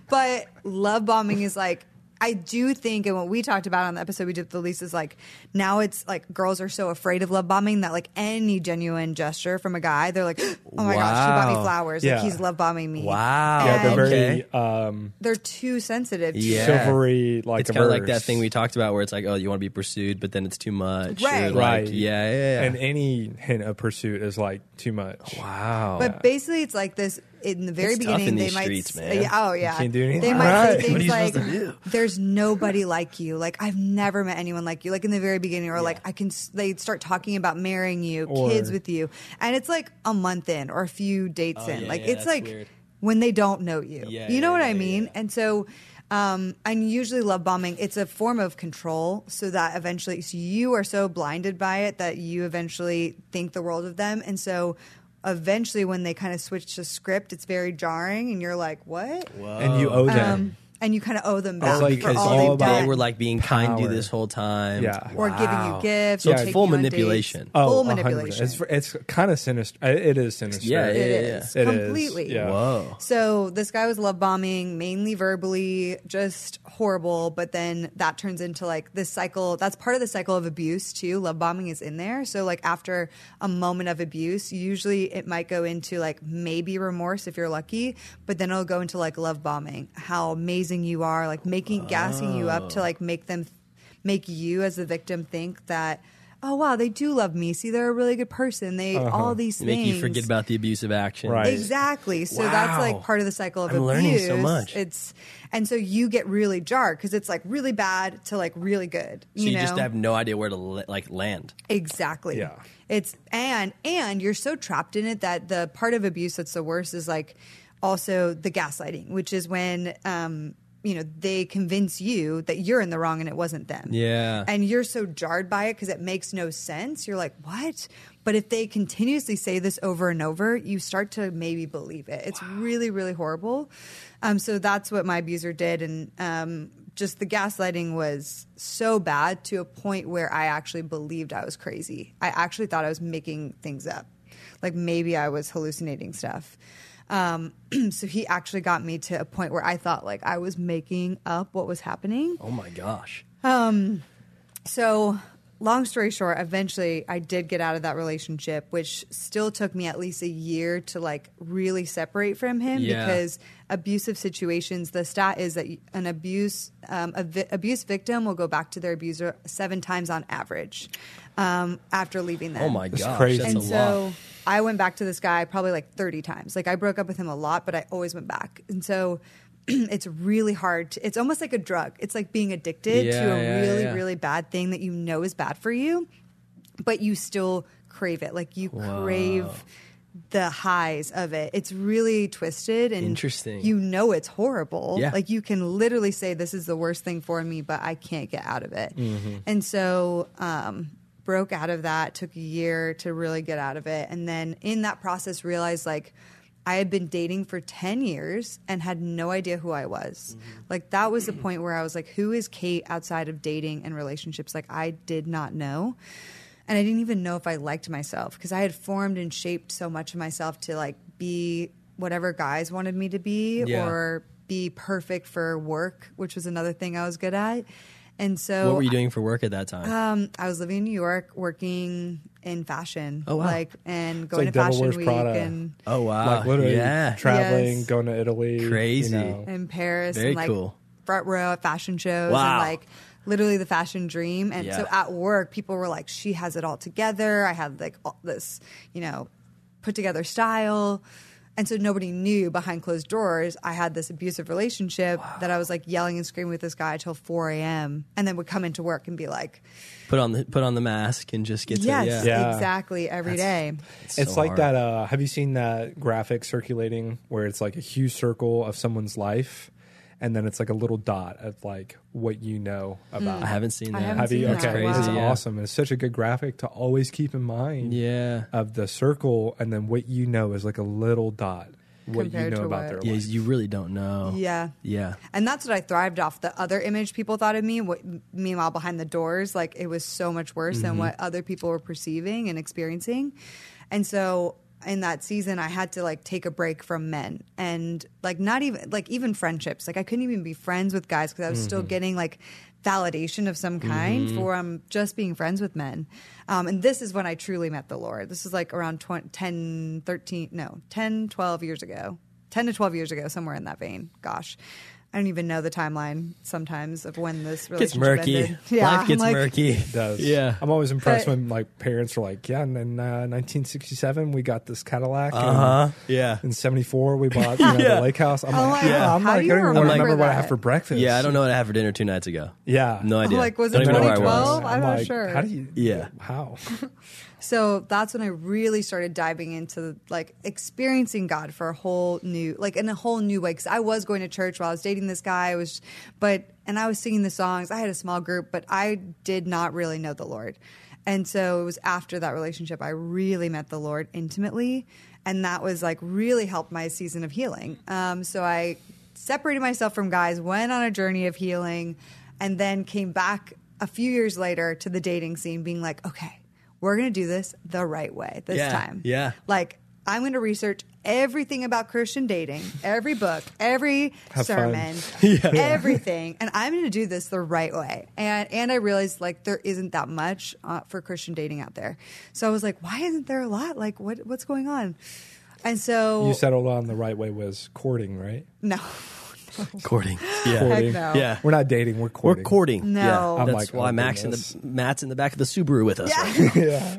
S4: but love bombing is like I do think, and what we talked about on the episode we did with Elise is like now it's like girls are so afraid of love bombing that like any genuine gesture from a guy, they're like, oh my gosh, he bought me
S5: Wow.
S4: flowers,
S6: Yeah.
S4: like he's love bombing me.
S5: Wow.
S6: yeah, they're
S4: And
S6: very
S5: Okay.
S6: um,
S4: they're too sensitive. to-
S5: Yeah.
S6: chivalry like
S5: it's kind of like that
S6: averse.
S5: thing we talked about where it's like, oh, you want to be pursued, but then it's too much. or,
S4: Right.
S5: like,
S6: Right.
S5: Yeah, yeah, yeah.
S6: and any hint of pursuit is like too much.
S5: wow.
S4: But basically, it's like this in the very
S5: It's tough
S4: beginning.
S5: in
S4: they
S5: these
S4: might,
S5: streets,
S4: s-
S5: man.
S4: yeah, oh yeah,
S6: can't do anything.
S4: They might
S6: Right.
S4: say
S5: What are
S4: things
S5: you supposed
S4: like,
S5: to do?
S4: "There's nobody like you. Like I've never met anyone like you." Like in the very beginning, or like I can. s- They start talking about marrying you,
S6: Or-
S4: kids with you, and it's like a month in or a few dates in.
S5: Oh, yeah,
S4: like
S5: yeah,
S4: it's
S5: that's
S4: like
S5: weird.
S4: when they don't know you.
S5: Yeah,
S4: you know
S5: yeah,
S4: what
S5: yeah,
S4: I mean?
S5: yeah.
S4: And so. Um, and usually love bombing, it's a form of control so that eventually so you are so blinded by it that you eventually think the world of them. And so eventually when they kind of switch to script, it's very jarring and you're like, what? Um,
S6: And you owe them.
S4: And you kind of owe them back
S6: like,
S4: for
S5: because
S6: it's
S4: all
S6: all
S4: they've
S6: about-
S4: done.
S5: they were like being kind to you
S6: Power.
S5: this whole time.
S6: Yeah.
S4: or giving you gifts.
S5: So
S4: or
S5: it's
S4: taking
S5: full
S4: you on
S5: manipulation.
S4: dates.
S6: Oh,
S4: full
S6: 100%.
S4: manipulation.
S6: It's, it's kind of sinister. It is sinister.
S5: Yeah,
S4: It
S5: yeah,
S4: is
S5: yeah.
S6: It is,
S4: completely.
S6: yeah.
S5: Whoa.
S4: So this guy was love bombing, mainly verbally, just horrible. But then that turns into like this cycle. That's part of the cycle of abuse too. Love bombing is in there. So like after a moment of abuse, usually it might go into like maybe remorse if you're lucky, but then it'll go into like love bombing, how amazing you are, like making gassing you up
S5: Oh.
S4: to like make them make you as the victim think that. Oh wow, they do love me. See, they're a really good person. They all these
S5: Uh-huh. Make
S4: things
S5: you forget about the abusive action.
S6: Right.
S4: Exactly. So
S5: Wow.
S4: that's like part of the cycle of
S5: I'm
S4: abuse.
S5: learning so much.
S4: It's and so you get really jarred because it's like really bad to like really good.
S5: So
S4: You,
S5: you,
S4: know?
S5: just have no idea where to la- like land.
S4: Exactly.
S6: Yeah.
S4: It's and and you're so trapped in it that the part of abuse that's the worst is like also the gaslighting, which is when um you know they convince you that you're in the wrong and it wasn't them.
S5: Yeah.
S4: And you're so jarred by it because it makes no sense. You're like, "What?" But if they continuously say this over and over, you start to maybe believe it. It's really really horrible. Um so that's what my abuser did and um just the gaslighting was so bad to a point where I actually believed I was crazy. I actually thought I was making things up. Like maybe I was hallucinating stuff. Um, so he actually got me to a point where I thought like I was making up what was happening.
S5: Oh my gosh.
S4: So, long story short, eventually I did get out of that relationship, which still took me at least a year to like really separate from him
S5: Yeah.
S4: because abusive situations, the stat is that an abuse um, a vi- abuse victim will go back to their abuser seven times on average um, after leaving them.
S5: Oh my gosh.
S6: crazy.
S5: That's a
S4: and so
S5: lot.
S4: I went back to this guy probably like 30 times. Like I broke up with him a lot, but I always went back. And so it's really hard. To, it's almost like a drug. It's like being addicted to
S5: Yeah,
S4: a
S5: yeah,
S4: really,
S5: yeah.
S4: really bad thing that you know is bad for you, but you still crave it. Like you crave the highs of it. It's really twisted and
S5: Interesting.
S4: You know it's horrible.
S5: Yeah.
S4: Like you can literally say this is the worst thing for me, but I can't get out of it.
S5: Mm-hmm.
S4: And so um broke out of that, took a year to really get out of it. And then in that process realized like I had been dating for 10 years and had no idea who I was.
S5: Mm-hmm.
S4: Like that was the point where I was like who is Kate outside of dating and relationships? Like I did not know and I didn't even know if I liked myself because I had formed and shaped so much of myself to like be whatever guys wanted me to be
S5: Yeah.
S4: or be perfect for work, which was another thing I was good at. And so
S5: What were you doing for work at that time?
S4: Um, I was living in New York, working in fashion,
S5: Oh, wow.
S4: like and going
S6: like
S4: to
S6: Devil
S4: Fashion
S6: Wears
S4: Week
S6: Prada.
S4: and
S5: oh wow!
S6: like literally
S5: yeah,
S6: traveling,
S4: Yes.
S6: going to Italy,
S5: Crazy.
S6: You know.
S4: in Paris,
S5: Very
S4: and like
S5: cool.
S4: front row at fashion shows,
S5: Wow.
S4: and like literally the fashion dream. And
S5: Yeah.
S4: so at work, people were like, "She has it all together." I had like all this, you know, put together style. And so nobody knew behind closed doors. I had this abusive relationship that I was like yelling and screaming with this guy till 4 a.m. and then would come into work and be like,
S5: put on the put on the mask and just get
S4: yes,
S5: to yeah.
S6: Yeah.
S4: exactly, every day.
S6: It's
S5: so
S6: like
S5: hard.
S6: that. Uh, have you seen that graphic circulating where it's like a huge circle of someone's life, and then it's like a little dot of like what you know about.
S5: Hmm. I haven't seen that.
S4: I haven't
S6: Have you?
S4: seen
S5: That's
S4: that.
S6: Okay,
S5: crazy.
S6: it's
S5: yeah.
S6: awesome. It's such a good graphic to always keep in mind.
S5: Yeah.
S6: Of the circle, and then what you know is like a little dot. What
S4: Compared
S6: you know
S4: to
S6: about
S4: what-
S6: their
S5: Yeah,
S6: life.
S5: you really don't know.
S4: Yeah.
S5: Yeah.
S4: And that's what I thrived off. The other image people thought of me, what, meanwhile, behind the doors, like it was so much worse than what other people were perceiving and experiencing. And so in that season, I had to like take a break from men and like not even, like even friendships. Like I couldn't even be friends with guys because I was still getting like validation of some kind for um, just being friends with men. Um, and this is when I truly met the Lord. This is like around 20, 10, 13, no, 10, 12 years ago. 10 to 12 years ago, somewhere in that vein. Gosh. I don't even know the timeline sometimes of when this
S5: Gets
S4: relationship
S5: murky.
S4: ended. Yeah,
S5: Life gets
S4: I'm like,
S5: murky.
S6: It does.
S5: Yeah.
S6: I'm always impressed
S4: But-
S6: when like parents are like, yeah, and in uh, 1967 we got this Cadillac. and
S5: Uh huh. Yeah.
S6: In '74 we bought you know,
S5: Yeah.
S6: the lake house. I'm
S4: Oh
S6: like,
S4: my
S6: yeah,
S4: God.
S6: I'm
S4: How
S6: like, I
S4: do
S6: don't
S4: you
S6: even remember,
S5: remember
S6: what I
S4: that?
S6: have for breakfast.
S5: Yeah. I don't know what I had for dinner two nights ago.
S6: Yeah.
S5: No idea.
S4: like, was it
S5: Don't even know where I
S4: 2012?
S5: was.
S4: I'm
S6: like,
S4: not sure.
S6: How do you?
S5: Yeah.
S6: How?
S4: So that's when I really started diving into like experiencing God for a whole new, like in a whole new way. Because I was going to church while I was dating this guy. I was, but and I was singing the songs. I had a small group, but I did not really know the Lord. And so it was after that relationship I really met the Lord intimately, and that was like really helped my season of healing. Um, so I separated myself from guys, went on a journey of healing, and then came back a few years later to the dating scene, being like, okay we're going to do this the right way this
S5: Yeah,
S4: time.
S5: yeah.
S4: Like, I'm going to research everything about Christian dating, every book, every
S6: Have
S4: sermon, everything, and I'm going to do this the right way. And and I realized like there isn't that much uh, for Christian dating out there. So I was like, why isn't there a lot? Like, what what's going on? And so
S6: You settled on the right way was courting, right?
S4: no,
S5: Courting. Yeah.
S6: Courting.
S4: heck no.
S5: Yeah.
S6: We're not dating. We're
S5: We're
S6: courting.
S5: courting.
S4: No.
S5: Yeah.
S4: I'm
S5: That's
S6: like,
S5: why
S6: oh,
S5: Max and
S6: goodness.
S5: the Matt's in the back of the Subaru with us. right?
S4: Yeah.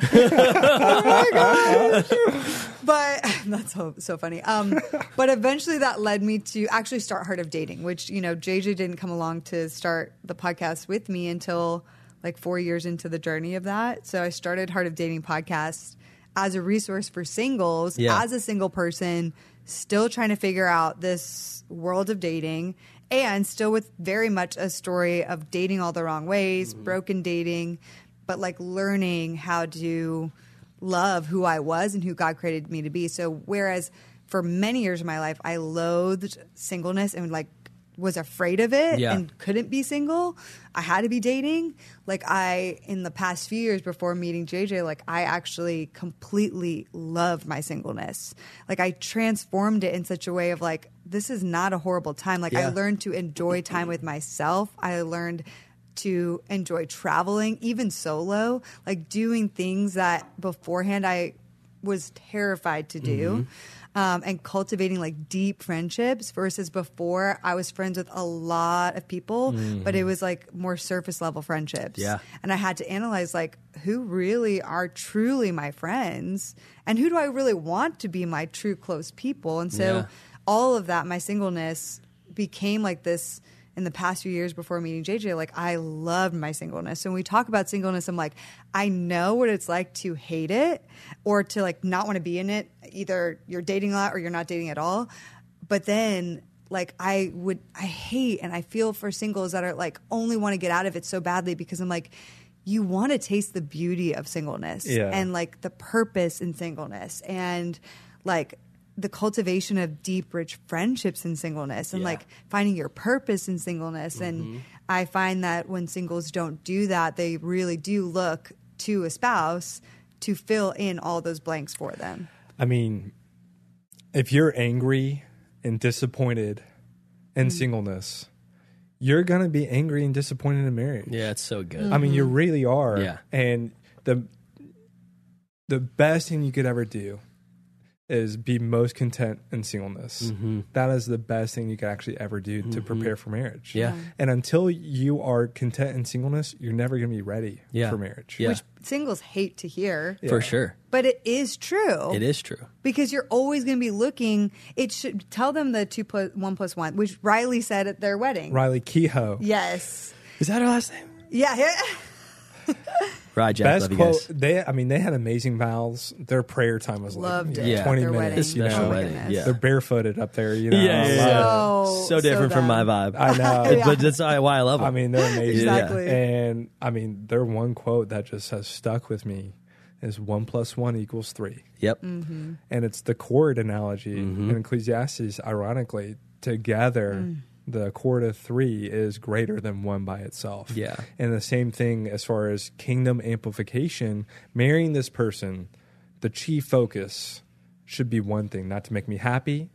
S4: oh my gosh. But that's so, so funny. Um, but eventually that led me to actually start Heart of Dating, which, you know, JJ didn't come along to start the podcast with me until like four years into the journey of that. So I started Heart of Dating podcast as a resource for singles,
S5: Yeah.
S4: as a single person, still trying to figure out this world of dating. And still with very much a story of dating all the wrong ways, broken dating, but like learning how to love who I was and who God created me to be. So whereas for many years of my life I loathed singleness and like was afraid of it
S5: Yeah.
S4: and couldn't be single. I had to be dating. Like I in the past few years before meeting JJ, like I actually completely loved my singleness. Like I transformed it in such a way of like this is not a horrible time. Like I
S5: Yeah.
S4: learned learned to enjoy time with myself. I learned to enjoy traveling, even solo, like doing things that beforehand I was terrified to do.
S5: Mm-hmm.
S4: Um, and cultivating like deep friendships versus before I was friends with a lot of people, but it was like more surface level friendships.
S5: Mm. Yeah.
S4: And I had to analyze like who really are truly my friends and who do I really want to be my true close people. And so
S5: Yeah.
S4: all of that, my singleness became like this in the past few years before meeting JJ. Like, I loved my singleness. So when we talk about singleness, I'm like, I know what it's like to hate it or to like not want to be in it. Either you're dating a lot or you're not dating at all. But then, like, I would, I hate and I feel for singles that are like only want to get out of it so badly because I'm like, you want to taste the beauty of singleness
S6: Yeah.
S4: and like the purpose in singleness and like the cultivation of deep rich friendships in singleness and
S5: Yeah. Mm-hmm.
S4: like finding your purpose in singleness and i find that when singles don't do that they really do look to a spouse to fill in all those blanks for them
S6: I mean,
S4: Mm-hmm.
S6: if you're angry and disappointed in singleness, you're going to be angry and disappointed in marriage.
S5: Yeah, it's so
S4: Mm.
S5: good.
S6: I mean, you really are.
S5: Mm-hmm. Yeah.
S6: And the the best thing you could ever do is be most content in singleness.
S5: Mm-hmm.
S6: That is the best thing you could actually ever do to prepare for marriage.
S5: Yeah.
S6: And until you are content in singleness, you're never going to be ready
S5: Yeah.
S6: for marriage.
S5: Yeah.
S4: which singles hate to hear,
S5: For sure.
S4: but it is true.
S5: It is true.
S4: because you're always going to be looking. It should tell them the two plus one plus one, which Riley said at their wedding.
S6: Riley Kehoe.
S4: Yes.
S5: Is that her last name?
S4: Yeah. yeah.
S5: Right, Jack.
S6: Best
S5: love you
S6: quote.
S5: guys.
S6: They, I mean, they had amazing vows. Their prayer time was
S4: Loved
S6: like
S4: it.
S5: Yeah.
S6: twenty
S4: Their
S6: minutes.
S4: wedding. Oh
S6: You
S5: Special
S6: know,
S4: my
S5: wedding.
S4: goodness.
S5: Yeah.
S6: they're barefooted up there. You know,
S5: Yeah, yeah,
S6: I love it.
S4: So,
S5: so different from my
S4: dumb.
S5: vibe.
S6: I know.
S5: But- But that's why why I love them.
S6: I mean, they're amazing.
S4: Exactly. Yeah.
S6: And I mean, their one quote that just has stuck with me is one plus one equals three.
S5: yep.
S4: Mm-hmm.
S6: And it's the chord analogy
S5: Mm-hmm.
S6: in Ecclesiastes, ironically, together. The chord of three is greater than one by itself.
S5: Yeah.
S6: And the same thing as far as kingdom amplification, marrying this person, the chief focus should be one thing, not to make me happy,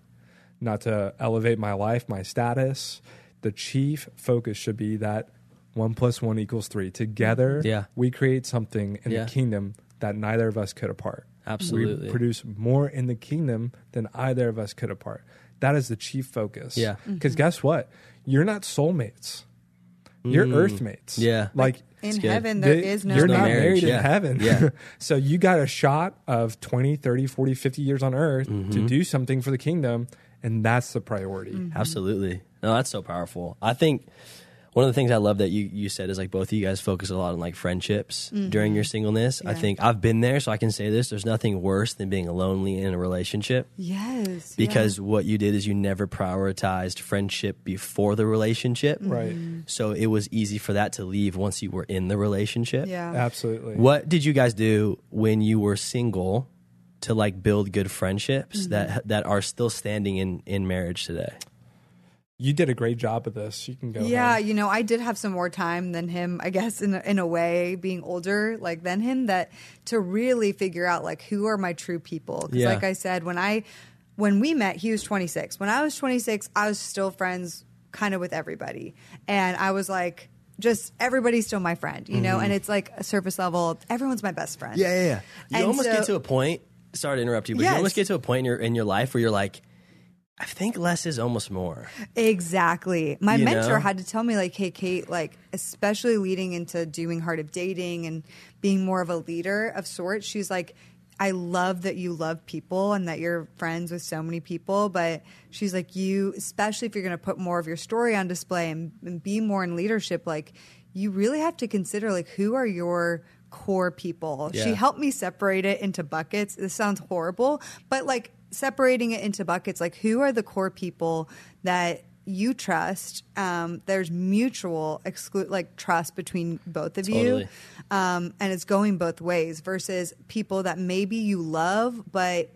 S6: not to elevate my life, my status. The chief focus should be that one plus one equals three. Together,
S5: Yeah.
S6: we create something in
S5: Yeah.
S6: the kingdom that neither of us could apart.
S5: Absolutely.
S6: We produce more in the kingdom than either of us could apart. That is the chief focus.
S5: Yeah.
S6: Because guess what? You're not soulmates. You're earthmates.
S5: Mm. Yeah.
S6: Like
S4: In
S5: It's good.
S4: heaven, there
S6: they-
S4: is no.
S6: You're
S5: no
S6: not
S5: marriage,
S6: married
S5: yeah.
S6: in heaven.
S5: Yeah.
S6: so you got a shot of 20, 30, 40, 50 years on earth
S5: Mm-hmm.
S6: to do something for the kingdom, and that's the priority.
S4: Mm-hmm.
S5: Absolutely. No, that's so powerful. I think one of the things I love that you, you said is like both of you guys focus a lot on like friendships
S4: Mm-hmm.
S5: during your singleness. I think I've been there, so I can say this. There's nothing worse than being lonely in a relationship
S4: Yes. yeah.
S5: because what you did is you never prioritized friendship before the relationship.
S4: Mm-hmm.
S6: Right.
S5: So it was easy for that to leave once you were in the relationship.
S4: Yeah.
S6: Absolutely.
S5: What did you guys do when you were single to like build good friendships
S4: Mm-hmm.
S5: that that are still standing in in marriage today?
S6: You did a great job of this. You can go.
S4: Yeah,
S6: ahead.
S4: you know, I did have some more time than him, I guess, in a, in a way, being older like than him, that to really figure out like who are my true people. 'Cause
S5: Yeah.
S4: like I said, when I when we met, he was 26. When I was 26, I was still friends kind of with everybody, and I was like. Just everybody's still my friend, you
S5: Mm-hmm.
S4: know, and it's like a surface level. Everyone's my best friend.
S5: You
S4: And
S5: almost
S4: so-
S5: get to a point. Sorry to interrupt you, but you
S4: Yes.
S5: almost get to a point in your in your life where you're like, I think less is almost more.
S4: Exactly. My
S5: You
S4: mentor
S5: know?
S4: had to tell me, like, hey, Kate, like, especially leading into doing Heart of Dating and being more of a leader of sorts, she's like, I love that you love people and that you're friends with so many people. But she's like, you, especially if you're going to put more of your story on display and, and be more in leadership, like, you really have to consider, like, who are your core people?
S5: Yeah.
S4: She helped me separate it into buckets. This sounds horrible, but like, separating it into buckets like who are the core people that you trust um, there's mutual exclude like trust between both of
S5: Totally.
S4: you um, and it's going both ways versus people that maybe you love but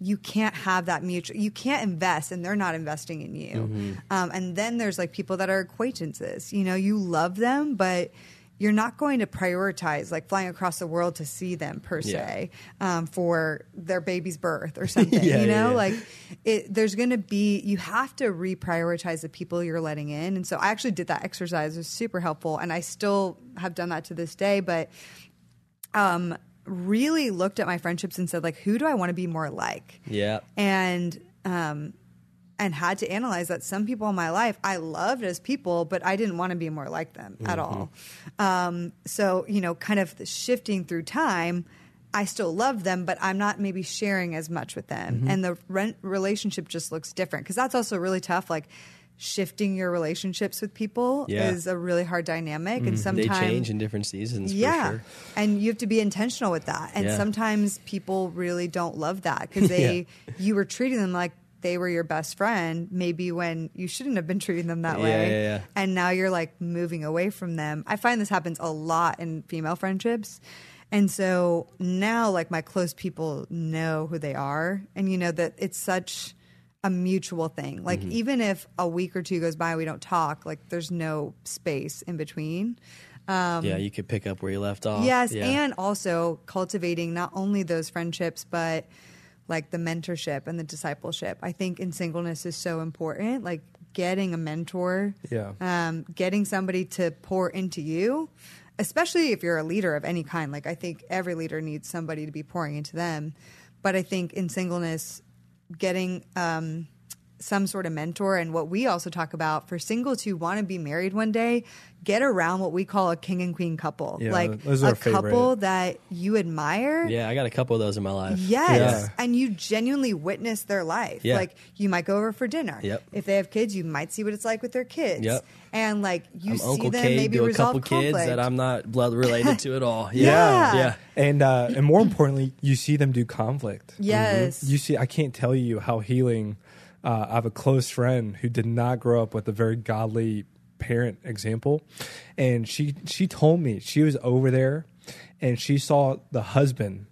S4: you can't have that mutual you can't invest and they're not investing in you
S5: Mm-hmm.
S4: um, and then there's like people that are acquaintances you know you love them but you're not going to prioritize like flying across the world to see them per se
S5: Yeah.
S4: um, for their baby's birth or something.
S5: Yeah,
S4: you know,
S5: yeah, yeah.
S4: like it, there's going to be you have to reprioritize the people you're letting in. And so I actually did that exercise; it was super helpful, and I still have done that to this day. But um, really looked at my friendships and said, like, who do I want to be more like?
S5: Yeah.
S4: and um and had to analyze that some people in my life I loved as people, but I didn't want to be more like them at all.
S5: Mm-hmm.
S4: Um, so you know, kind of shifting through time, I still love them, but I'm not maybe sharing as much with them,
S5: Mm-hmm.
S4: and the rent relationship just looks different because that's also really tough. Like shifting your relationships with people
S5: Yeah. Mm-hmm.
S4: is a really hard dynamic, and
S5: They
S4: sometimes
S5: change in different seasons.
S4: yeah.
S5: For sure.
S4: And you have to be intentional with that. And
S5: Yeah.
S4: sometimes people really don't love that because they you were treating them like they were your best friend, maybe when you shouldn't have been treating them that
S5: Yeah,
S4: way.
S5: yeah, yeah.
S4: And now you're like moving away from them. I find this happens a lot in female friendships. And so now like my close people know who they are and you know that it's such a mutual thing. Like
S5: Mm-hmm.
S4: even if a week or two goes by and we don't talk, like there's no space in between.
S5: yeah, you could pick up where you left off.
S4: um, Yes,
S5: Yeah.
S4: and also cultivating not only those friendships but like the mentorship and the discipleship. I think in singleness is so important. Like getting a mentor,
S6: Yeah.
S4: um, getting somebody to pour into you, especially if you're a leader of any kind. Like I think every leader needs somebody to be pouring into them, but I think in singleness, getting um, some sort of mentor and what we also talk about for singles who want to be married one day, get around what we call a king and queen couple,
S6: Yeah,
S4: like
S6: those are
S4: a
S6: our favorite.
S4: couple that you admire.
S5: Yeah, I got a couple of those in my life.
S4: Yes.
S6: Yeah.
S4: And you genuinely witness their life.
S5: Yeah.
S4: Like you might go over for dinner.
S5: Yep.
S4: If they have kids, you might see what it's like with their kids.
S5: Yep.
S4: And like you
S5: I'm
S4: see
S5: Uncle
S4: them
S5: K
S4: maybe
S5: to a couple
S4: resolve
S5: kids
S4: conflict.
S5: that I'm not blood related to at all.
S4: Yeah.
S5: yeah.
S6: And uh, and more importantly, you see them do conflict.
S4: Yes.
S6: You see, I can't tell you how healing. Uh, I have a close friend who did not grow up with a very godly parent example, and she she told me she was over there, and she saw the husband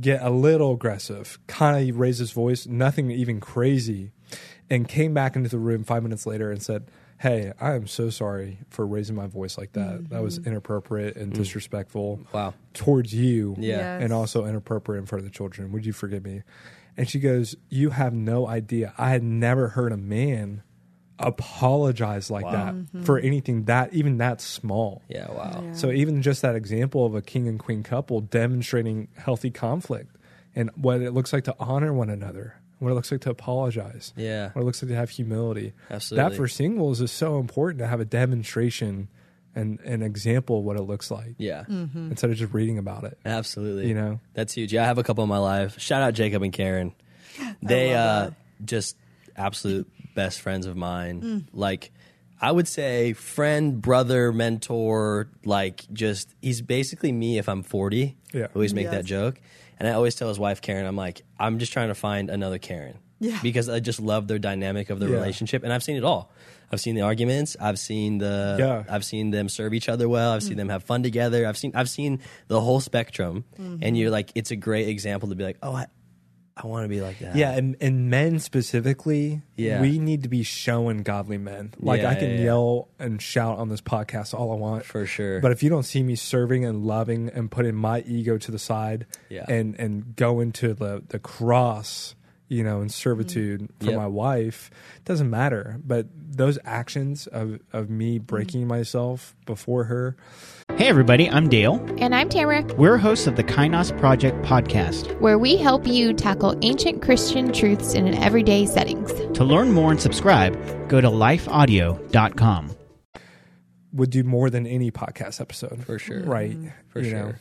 S6: get a little aggressive, kind of raise his voice, nothing even crazy, and came back into the room five minutes later and said. Hey, I am so sorry for raising my voice like that. That was inappropriate and disrespectful.
S5: Mm-hmm. Mm. Wow.
S6: Towards you
S5: Yeah.
S4: Yes.
S6: and also inappropriate in front of the children. Would you forgive me? And she goes, You have no idea. I had never heard a man apologize like that for anything that, even that small.
S5: Yeah, wow.
S6: So, even just that example of a king and queen couple demonstrating healthy conflict and what it looks like to honor one another, what it looks like to apologize,
S5: Yeah.
S6: what it looks like to have humility.
S5: Absolutely.
S6: That for singles is so important to have a demonstration and an example of what it looks like
S5: Yeah.
S4: Mm.
S5: Mm-hmm.
S6: instead of just reading about it.
S5: Absolutely.
S6: You know?
S5: That's huge. Yeah, I have a couple in my life. Shout out Jacob and Karen. They uh just absolute best friends of mine. Like I would say friend, brother, mentor, like just he's basically me if I'm 40.
S6: Yeah.
S5: I always make that
S4: Yes.
S5: joke. And I always tell his wife Karen, I'm like, I'm just trying to find another Karen.
S4: Yeah.
S5: Because I just love their dynamic of their
S6: Yeah.
S5: relationship and I've seen it all. I've seen the arguments, I've seen the
S6: Yeah.
S5: I've seen them serve each other well. I've seen them have fun together. I've seen I've seen the whole spectrum, and you're like, it's a great example to be like, oh, I, I want to be like that.
S6: Yeah, and, and men specifically,
S5: Yeah.
S6: we need to be showing godly men. Like
S5: Yeah,
S6: I can
S5: yeah, yeah.
S6: yell and shout on this podcast all I want.
S5: For sure.
S6: But if you don't see me serving and loving and putting my ego to the side
S5: Yeah.
S6: and, and go into the, the cross, you know, in servitude for
S5: Mm-hmm. Yep.
S6: my wife, it doesn't matter. But those actions of, of me
S5: Mm-hmm.
S6: breaking myself before her,
S9: Hey, everybody, I'm Dale.
S10: And I'm Tamara,
S9: We're hosts of the Kynos Project podcast.
S10: where we help you tackle ancient Christian truths in an everyday settings.
S9: To learn more and subscribe, go to lifeaudio.com.
S6: would do more than any podcast episode
S5: For sure.
S6: right
S5: For
S6: you
S5: sure.
S6: know?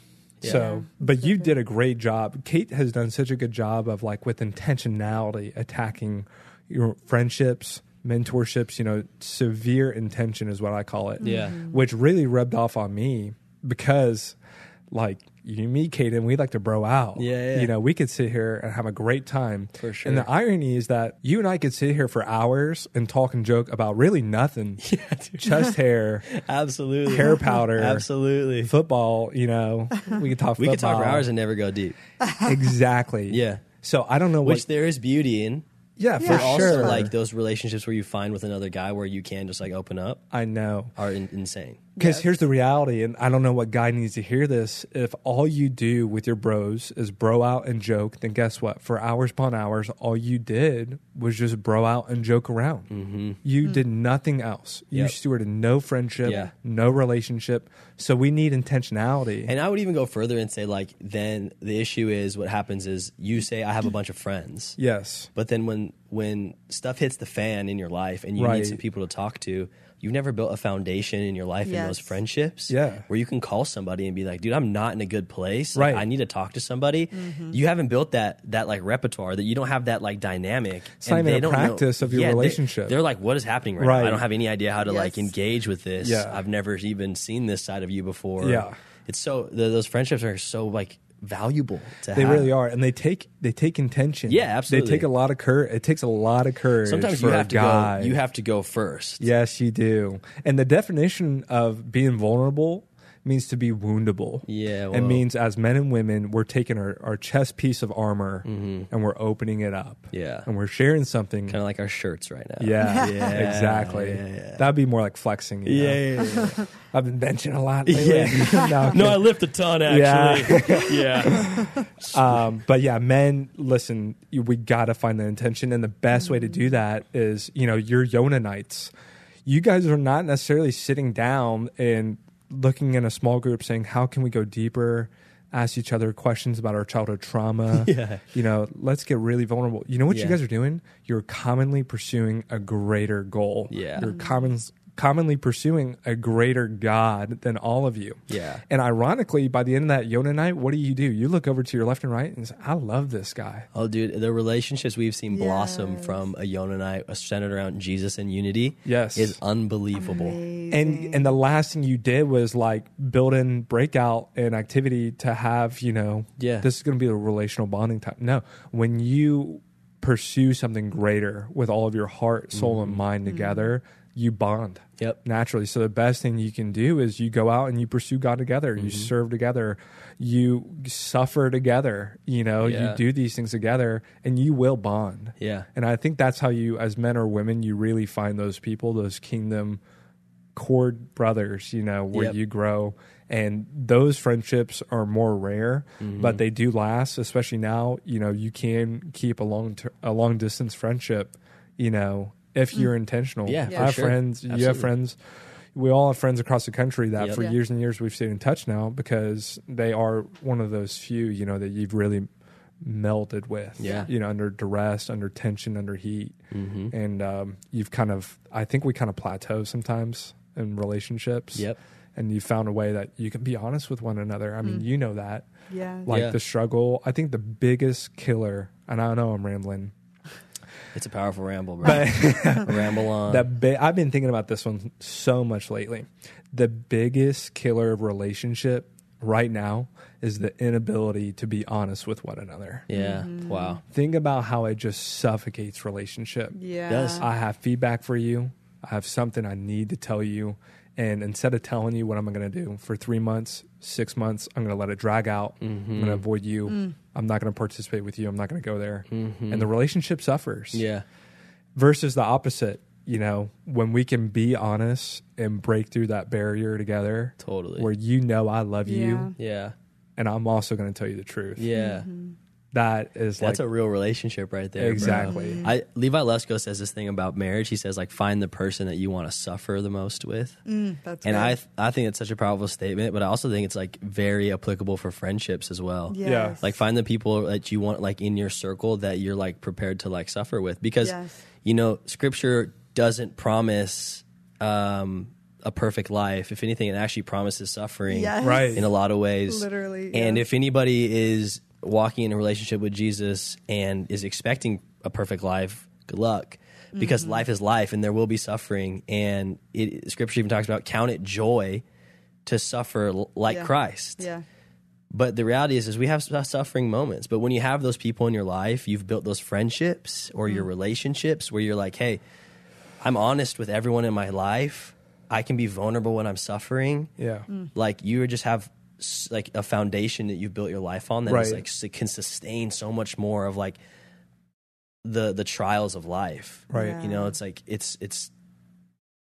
S5: Yeah.
S6: so but you did a great job kate has done such a good job of like with intentionality attacking your friendships mentorships you know severe intention is what i call it
S5: Yeah.
S6: which really rubbed off on me because like you and me kate and we like to bro out
S5: Yeah, yeah.
S6: you know we could sit here and have a great time
S5: For sure.
S6: and the irony is that you and i could sit here for hours and talk and joke about really nothing chest hair
S5: absolutely.
S6: hair powder,
S5: absolutely.
S6: football. You know, we could talk.
S5: We could talk for
S6: football.
S5: hours and never go deep,
S6: exactly.
S5: Yeah.
S6: So I don't know
S5: which
S6: what.
S5: there is beauty in.
S6: yeah, for
S4: Yeah,
S5: But also,
S6: sure.
S5: like those relationships where you find with another guy where you can just like open up
S6: I know.
S5: are in- insane.
S6: Because here's the reality, and I don't know what guy needs to hear this. If all you do with your bros is bro out and joke, then guess what? For hours upon hours, all you did was just bro out and joke around. Mm-hmm. You did nothing else. You
S5: Yep.
S6: stewarded no friendship,
S5: Yeah.
S6: no relationship. So we need intentionality.
S5: And I would even go further and say like, then the issue is what happens is you say I have a bunch of friends.
S6: yes.
S5: But then when when stuff hits the fan in your life and you
S6: Right.
S5: need some people to talk to, you've never built a foundation in your life in
S4: Yes.
S5: those friendships.
S6: Yeah.
S5: Where you can call somebody and be like, dude, I'm not in a good place.
S6: Right.
S5: Like, I need to talk to somebody.
S4: Mm-hmm.
S5: You haven't built that that like repertoire that you don't have that like dynamic.
S6: It's not even a
S5: know-
S6: practice of your
S5: they-
S6: relationship.
S5: They're like, what is happening right, now?
S6: Right.
S5: I don't have any idea how to like
S4: Yes.
S5: engage with this.
S6: Yeah.
S5: I've never even seen this side of you before.
S6: Yeah.
S5: It's so th those friendships are so like valuable to
S6: They
S5: have.
S6: really are, and they take they take intention.
S5: Yeah, absolutely.
S6: They take a lot of courage. It takes a lot of courage.
S5: Sometimes
S6: for
S5: you
S6: a
S5: have to
S6: guy.
S5: go you have to go first.
S6: Yes, you do. And the definition of being vulnerable means to be woundable.
S5: Yeah,
S6: it
S5: well-
S6: means as men and women, we're taking our, our chest piece of armor and we're opening it up.
S5: Mm-hmm. Yeah.
S6: and we're sharing something.
S5: Kind of like our shirts right now.
S6: yeah, exactly. That'd be more like flexing. you know?
S5: Yeah. yeah,
S6: I've been benching a lot. Lately.
S5: Yeah.
S6: No,
S5: yeah.
S6: I'm
S5: no, I lift a ton actually. Yeah. yeah.
S6: um, but yeah, men, listen, you- we got to find the intention. And the best way to do
S5: Mm-hmm.
S6: that is, you know, you're Yonanites. You guys are not necessarily sitting down and looking in a small group saying, how can we go deeper? Ask each other questions about our childhood trauma.
S5: Yeah.
S6: You know, let's get really vulnerable. You know what
S5: Yeah.
S6: you guys are doing? You're commonly pursuing a greater goal.
S5: Yeah.
S6: You're common, commonly pursuing a greater God than all of you.
S5: Yeah.
S6: And ironically, by the end of that Yona night, what do you do? You look over to your left and right and say, I love this guy.
S5: Oh, dude, the relationships we've seen blossom
S4: Yes.
S5: from a Yonah and I uh, centered around Jesus and unity
S6: Yes.
S5: is unbelievable.
S6: And and the last thing you did was like build in breakout and activity to have, you know,
S5: Yeah.
S6: this is gonna be a relational bonding time. No. When you pursue something greater with all of your heart, soul, and mind together, you bond.
S5: Mm-hmm. Yep.
S6: Naturally. So the best thing you can do is you go out and you pursue God together,
S5: Mm-hmm.
S6: you serve together, you suffer together, you know,
S5: Yeah.
S6: you do these things together and you will bond.
S5: Yeah.
S6: And I think that's how you, as men or women, you really find those people, those kingdom cord brothers, you know, where
S5: Yep.
S6: you grow. And those friendships are more rare,
S5: Mm-hmm.
S6: but they do last, especially now. You know, you can keep a long, ter- a long distance friendship, you know, if you're intentional.
S5: Hmm. Yeah,
S6: I
S5: for
S6: have
S5: sure.
S6: friends, you have
S5: Absolutely.
S6: friends. We all have friends across the country that
S5: Yep.
S6: for
S5: Yeah.
S6: years and years we've stayed in touch now because they are one of those few, you know, that you've really melted with.
S5: Yeah. Mm-hmm.
S6: You know, under duress, under tension, under heat. And um, you've kind of, I think we kind of plateau sometimes in relationships.
S5: Yep.
S6: And you found a way that you can be honest with one another. I mean, you know that.
S4: Yeah.
S6: Like
S5: Yeah.
S6: the struggle. I think the biggest killer, and I know I'm rambling,
S5: It's a powerful ramble, bro. ramble on.
S6: The bi- I've been thinking about this one so much lately. The biggest killer of relationship right now is the inability to be honest with one another.
S5: yeah. Wow.
S6: Think about how it just suffocates relationship.
S4: Yeah.
S5: Yes.
S6: I have feedback for you. I have something I need to tell you. And instead of telling you what I'm going to do for three months, six months, I'm going to let it drag out. I'm
S5: Mm-hmm.
S6: going to avoid you. I'm not going to participate with you. I'm not going to go there. And the relationship suffers
S5: Mm-hmm. Yeah.
S6: versus the opposite you know when we can be honest and break through that barrier together
S5: Totally.
S6: where you know i love
S4: Yeah.
S6: you
S5: Yeah.
S6: and i'm also going to tell you the truth
S5: Yeah.
S6: that is
S5: That's
S6: like
S5: a real relationship right there. bro.
S6: Exactly. Mhm.
S5: I Levi Lesko says this thing about marriage. He says like find the person that you want to suffer the most with.
S4: That's good.
S5: and I I think it's such a powerful statement, but I also think it's like very applicable for friendships as well.
S4: yes.
S6: Yeah.
S5: Like find the people that you want like in your circle that you're like prepared to like suffer with because
S4: Yes.
S5: you know scripture doesn't promise um a perfect life. If anything it actually promises suffering
S4: Yes.
S6: Right.
S5: in a lot of ways.
S4: Literally,
S5: And
S4: yeah.
S5: if anybody is walking in a relationship with Jesus and is expecting a perfect life, good luck. Because
S4: Mm-hmm.
S5: life is life and there will be suffering. And it, scripture even talks about count it joy to suffer l- like
S4: Yeah.
S5: Christ.
S4: Yeah.
S5: But the reality is, is we have su- suffering moments. But when you have those people in your life, you've built those friendships or
S4: Mm.
S5: your relationships where you're like, hey, I'm honest with everyone in my life. I can be vulnerable when I'm suffering.
S6: yeah
S5: Like you just have s- like a foundation that you've built your life on that is
S6: Right.
S5: like s- can sustain so much more of like the the trials of life.
S6: Right.
S5: You know, it's like it's it's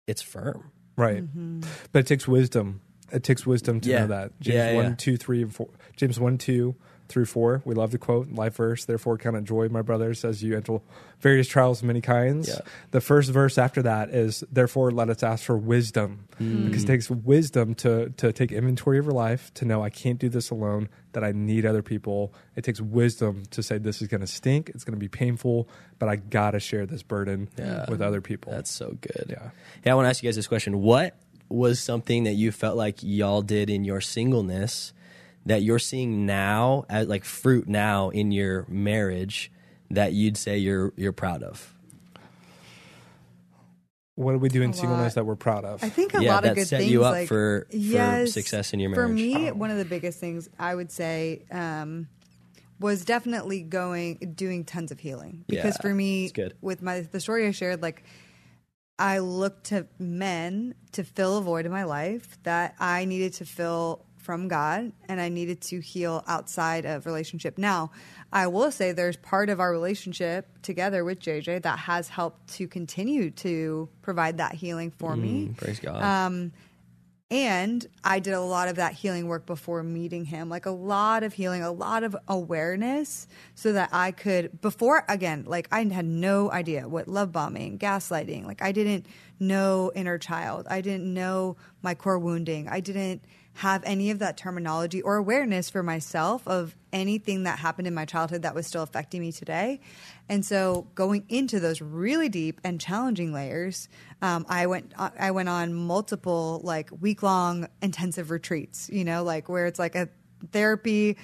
S5: it's firm.
S6: right
S4: Mm-hmm.
S6: but it takes wisdom it takes wisdom to
S5: Yeah.
S6: know that james
S5: Yeah, yeah.
S6: one, two, three, and 4 james 1 2 through 4 we love the quote life verse therefore count it joy my brothers as you enter various trials of many kinds
S5: Yeah.
S6: the first verse after that is therefore let us ask for wisdom
S5: Mm.
S6: because it takes wisdom to to take inventory of your life to know i can't do this alone that i need other people it takes wisdom to say this is going to stink it's going to be painful but i gotta share this burden with other people
S5: That's so good.
S6: Yeah.
S5: Hey, I want to ask you guys this question. What was something that you felt like y'all did in your singleness that you're seeing now as like fruit now in your marriage that you'd say you're you're proud of?
S6: what do we do in
S4: A
S6: singleness
S4: lot.
S6: that we're proud of
S4: I think a
S5: Yeah,
S4: lot
S5: that
S4: of good
S5: set
S4: things
S5: you up
S4: like
S5: for- for success in your
S4: For
S5: marriage.
S4: me, one of the biggest things I would say um, was definitely going doing tons of healing because
S5: Yeah,
S4: for me,
S5: it's good.
S4: with my the story I shared, like I looked to men to fill a void in my life that I needed to fill from God and I needed to heal outside of relationship. Now, I will say there's part of our relationship together with JJ that has helped to continue to provide that healing for me.
S5: Praise God.
S4: And I did a lot of that healing work before meeting him, like a lot of healing, a lot of awareness, so that I could, before again, like I had no idea what love bombing, gaslighting, like I didn't know inner child. I didn't know my core wounding. I didn't have any of that terminology or awareness for myself of anything that happened in my childhood that was still affecting me today. And so, going into those really deep and challenging layers, um, I went I went on multiple like week long intensive retreats. You know, like where it's like a therapy.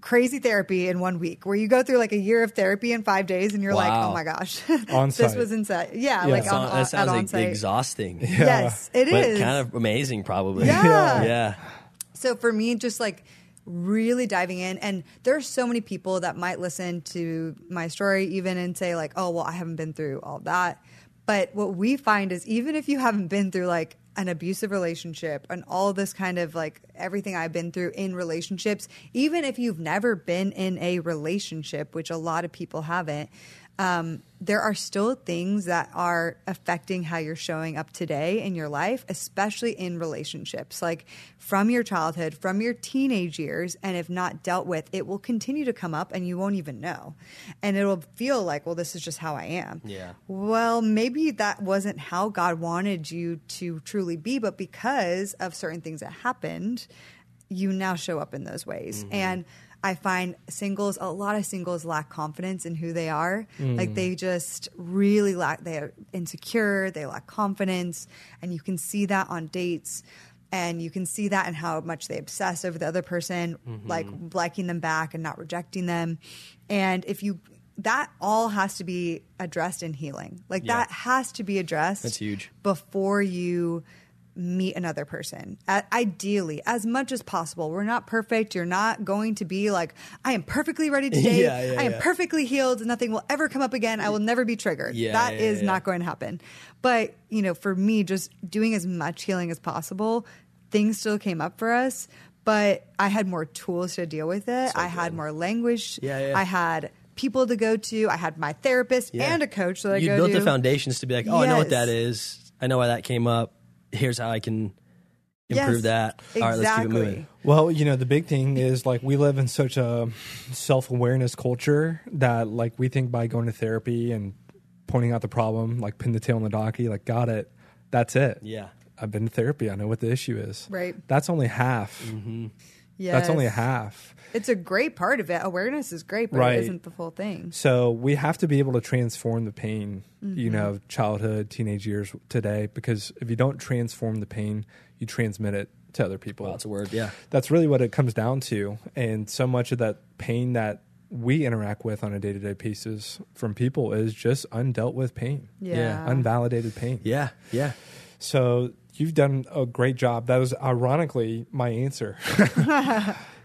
S4: Crazy therapy in one week, where you go through like a year of therapy in five days, and you're like,
S5: Wow.
S4: "Oh my gosh,
S6: On
S4: this
S6: site.
S4: was insane!" Yeah,
S6: Yeah.
S4: like
S5: So-
S4: on, uh,
S5: that sounds
S4: at
S5: like
S4: on-site.
S5: exhausting.
S4: Yes, it is.
S5: but kind of amazing, probably.
S4: Yeah.
S5: yeah.
S4: So for me, just like really diving in, and there are so many people that might listen to my story even and say, like, oh, well, I haven't been through all that. But what we find is even if you haven't been through like an abusive relationship and all this kind of like everything I've been through in relationships, even if you've never been in a relationship, which a lot of people haven't, um, there are still things that are affecting how you're showing up today in your life, especially in relationships, like from your childhood, from your teenage years. And if not dealt with, it will continue to come up and you won't even know. And it'll feel like, well, this is just how I am.
S5: Yeah.
S4: Well, maybe that wasn't how God wanted you to truly be, but because of certain things that happened, you now show up in those ways. And I find singles, a lot of singles lack confidence in who they are. Like they just really lack, they're insecure, they lack confidence. And you can see that on dates. And you can see that in how much they obsess over the other person, like liking them back and not rejecting them. And if you, that all has to be addressed in healing. Like
S5: Yeah.
S4: that has to be addressed
S5: That's huge.
S4: before you meet another person. A- ideally, as much as possible. We're not perfect. You're not going to be like, I am perfectly ready to date.
S5: Yeah, yeah,
S4: I am
S5: yeah.
S4: perfectly healed. Nothing will ever come up again. I will never be triggered.
S5: Yeah,
S4: That is
S5: yeah, yeah, yeah.
S4: not going to happen. But, you know, for me, just doing as much healing as possible, things still came up for us. But I had more tools to deal with it. I had more language.
S5: Yeah, yeah.
S4: I had people to go to. I had my therapist
S5: Yeah.
S4: and a coach that I
S5: you
S4: go
S5: built
S4: to.
S5: the foundations to be like, oh, I know what that
S4: Yes.
S5: is. I know why that came up. Here's how I can
S4: Yes,
S5: improve that. All right, let's keep it moving.
S4: exactly.
S6: Well, you know, the big thing is like we live in such a self awareness culture that like we think by going to therapy and pointing out the problem, like pin the tail on the donkey, like got it, that's it.
S5: Yeah.
S6: I've been to therapy. I know what the issue is.
S4: Right.
S6: That's only half. That's only half.
S4: It's a great part of it. Awareness is great, but
S6: Right.
S4: it isn't the full thing.
S6: So we have to be able to transform the pain, you know, of childhood, teenage years today, because if you don't transform the pain, you transmit it to other people.
S5: Wow, that's a word. Yeah.
S6: that's really what it comes down to. And so much of that pain that we interact with on a day to day basis from people is just undealt with pain.
S4: Yeah.
S6: Unvalidated pain.
S5: Yeah. Yeah.
S6: So you've done a great job. That was ironically my answer.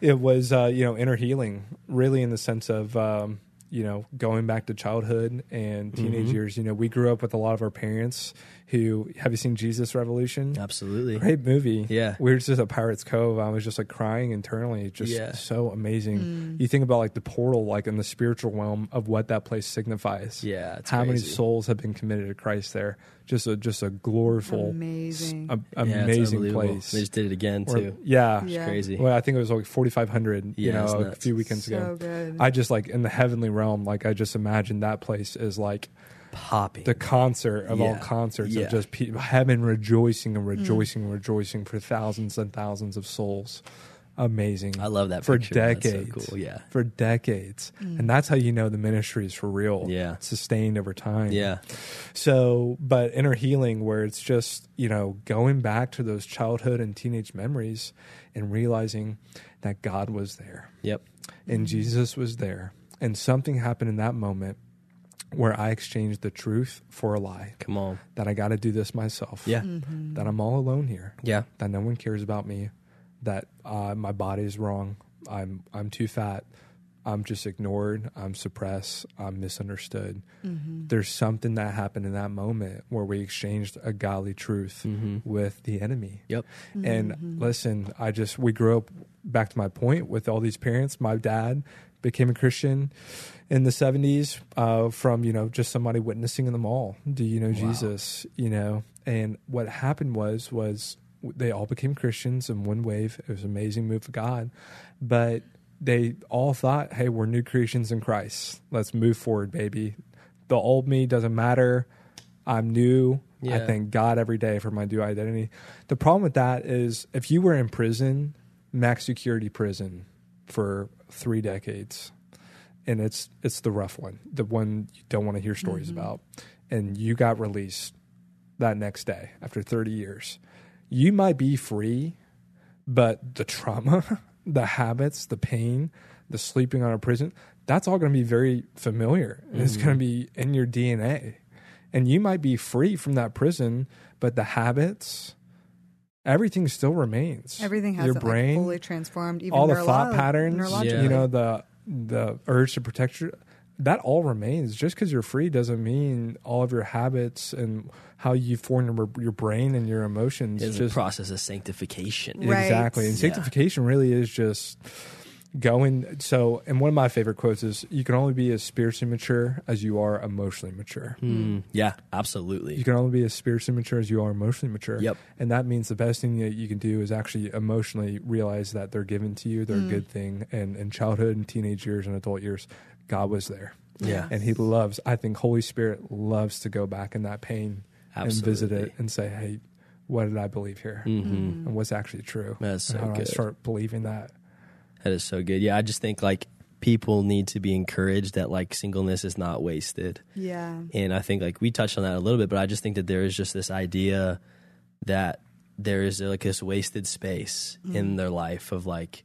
S6: it was, uh, you know, inner healing, really in the sense of, um, you know, going back to childhood and teenage
S5: Mm-hmm.
S6: years. You know, we grew up with a lot of our parents who have you seen Jesus Revolution?
S5: Absolutely.
S6: Great movie.
S5: Yeah.
S6: We were just at Pirates Cove. I was just like crying internally. Just
S5: Yeah.
S6: so amazing.
S4: Mm.
S6: You think about like the portal, like in the spiritual realm of what that place signifies.
S5: Yeah, it's
S6: How many
S5: crazy.
S6: souls have been committed to Christ there? Just a just a gloriful,
S4: Amazing.
S6: s- a-
S5: Yeah, it's
S6: amazing
S5: unbelievable.
S6: place.
S5: They just did it again
S6: Or-
S5: too.
S6: yeah.
S4: Yeah.
S5: Crazy.
S6: Well, I think it was like 4,500, you
S5: Yeah, it's
S6: know, a
S5: nuts.
S6: few weekends
S4: So
S6: ago.
S4: good.
S6: I just like in the heavenly realm, like I just imagine that place is like
S5: Popping.
S6: the concert of all
S5: Yeah.
S6: concerts
S5: Yeah. Mm.
S6: of just pe- heaven rejoicing and rejoicing and rejoicing for thousands and thousands of souls. Amazing.
S5: I love that
S6: for
S5: picture, man. That's so
S6: decades.
S5: cool, yeah. Mm.
S6: for decades, and that's how you know the ministry is for real.
S5: Yeah.
S6: sustained over time.
S5: yeah.
S6: So, but inner healing, where it's just, you know, going back to those childhood and teenage memories and realizing that God was there
S5: Yep.
S6: and Jesus was there. And something happened in that moment where I exchanged the truth for a lie
S5: Come on.
S6: that I got to do this myself.
S5: Yeah.
S6: That I'm all alone here.
S5: Yeah.
S6: That no one cares about me. That uh, my body's wrong. I'm I'm too fat. I'm just ignored, I'm suppressed, I'm misunderstood. There's something that happened in that moment where we exchanged a godly truth with the enemy.
S5: Mm-hmm. Yep.
S6: And listen, I just, we grew up back to my point with all these parents. My dad became a Christian in the 70s uh, from, you know, just somebody witnessing in the mall. Do you know Jesus? You know, and what happened was, was they all became Christians in one wave. It was an amazing move of God. But they all thought, hey, we're new creations in Christ. Let's move forward, baby. The old me doesn't matter. I'm new. I
S5: Yeah.
S6: thank God every day for my new identity. The problem with that is if you were in prison, max security prison for three decades, and it's it's the rough one, the one you don't want to hear stories
S4: Mm-hmm.
S6: about, and you got released that next day after 30 years, you might be free, but the trauma, the habits, the pain, the sleeping on a prison, that's all going to be very familiar. And It's
S4: Mm-hmm.
S6: going to be in your DNA. And you might be free from that prison, but the habits, everything still remains.
S4: Everything
S6: your
S4: hasn't
S6: brain,
S4: like, fully transformed. Even
S6: all the
S4: neurolo-
S6: thought patterns,
S4: neurologically.
S5: Yeah.
S6: you know, the the urge to protect your that all remains. Just because you're free doesn't mean all of your habits and how you form your, your brain and your emotions.
S5: It's a
S6: just
S5: process of sanctification.
S4: Right.
S6: Exactly. And
S5: Yeah.
S6: sanctification really is just going. So, and one of my favorite quotes is you can only be as spiritually mature as you are emotionally mature.
S5: Mm, yeah, absolutely.
S6: You can only be as spiritually mature as you are emotionally mature.
S5: Yep.
S6: And that means the best thing that you can do is actually emotionally realize that they're given to you, they're
S4: Mm.
S6: a good thing. And in childhood and teenage years and adult years, God was there.
S5: Yeah.
S6: And He loves, I think Holy Spirit loves to go back in that pain and visit
S5: Absolutely.
S6: it
S5: Mm-hmm.
S6: and say, hey, what did I believe here?
S4: Mm-hmm.
S6: And what's actually true?
S5: That's
S6: and
S5: so
S6: how do I
S5: good.
S6: start believing that?
S5: That is so good. Yeah, I just think like people need to be encouraged that like singleness is not wasted.
S4: Yeah.
S5: And I think like we touched on that a little bit, but I just think that there is just this idea that there is like this wasted space
S4: Mm-hmm.
S5: in their life of like,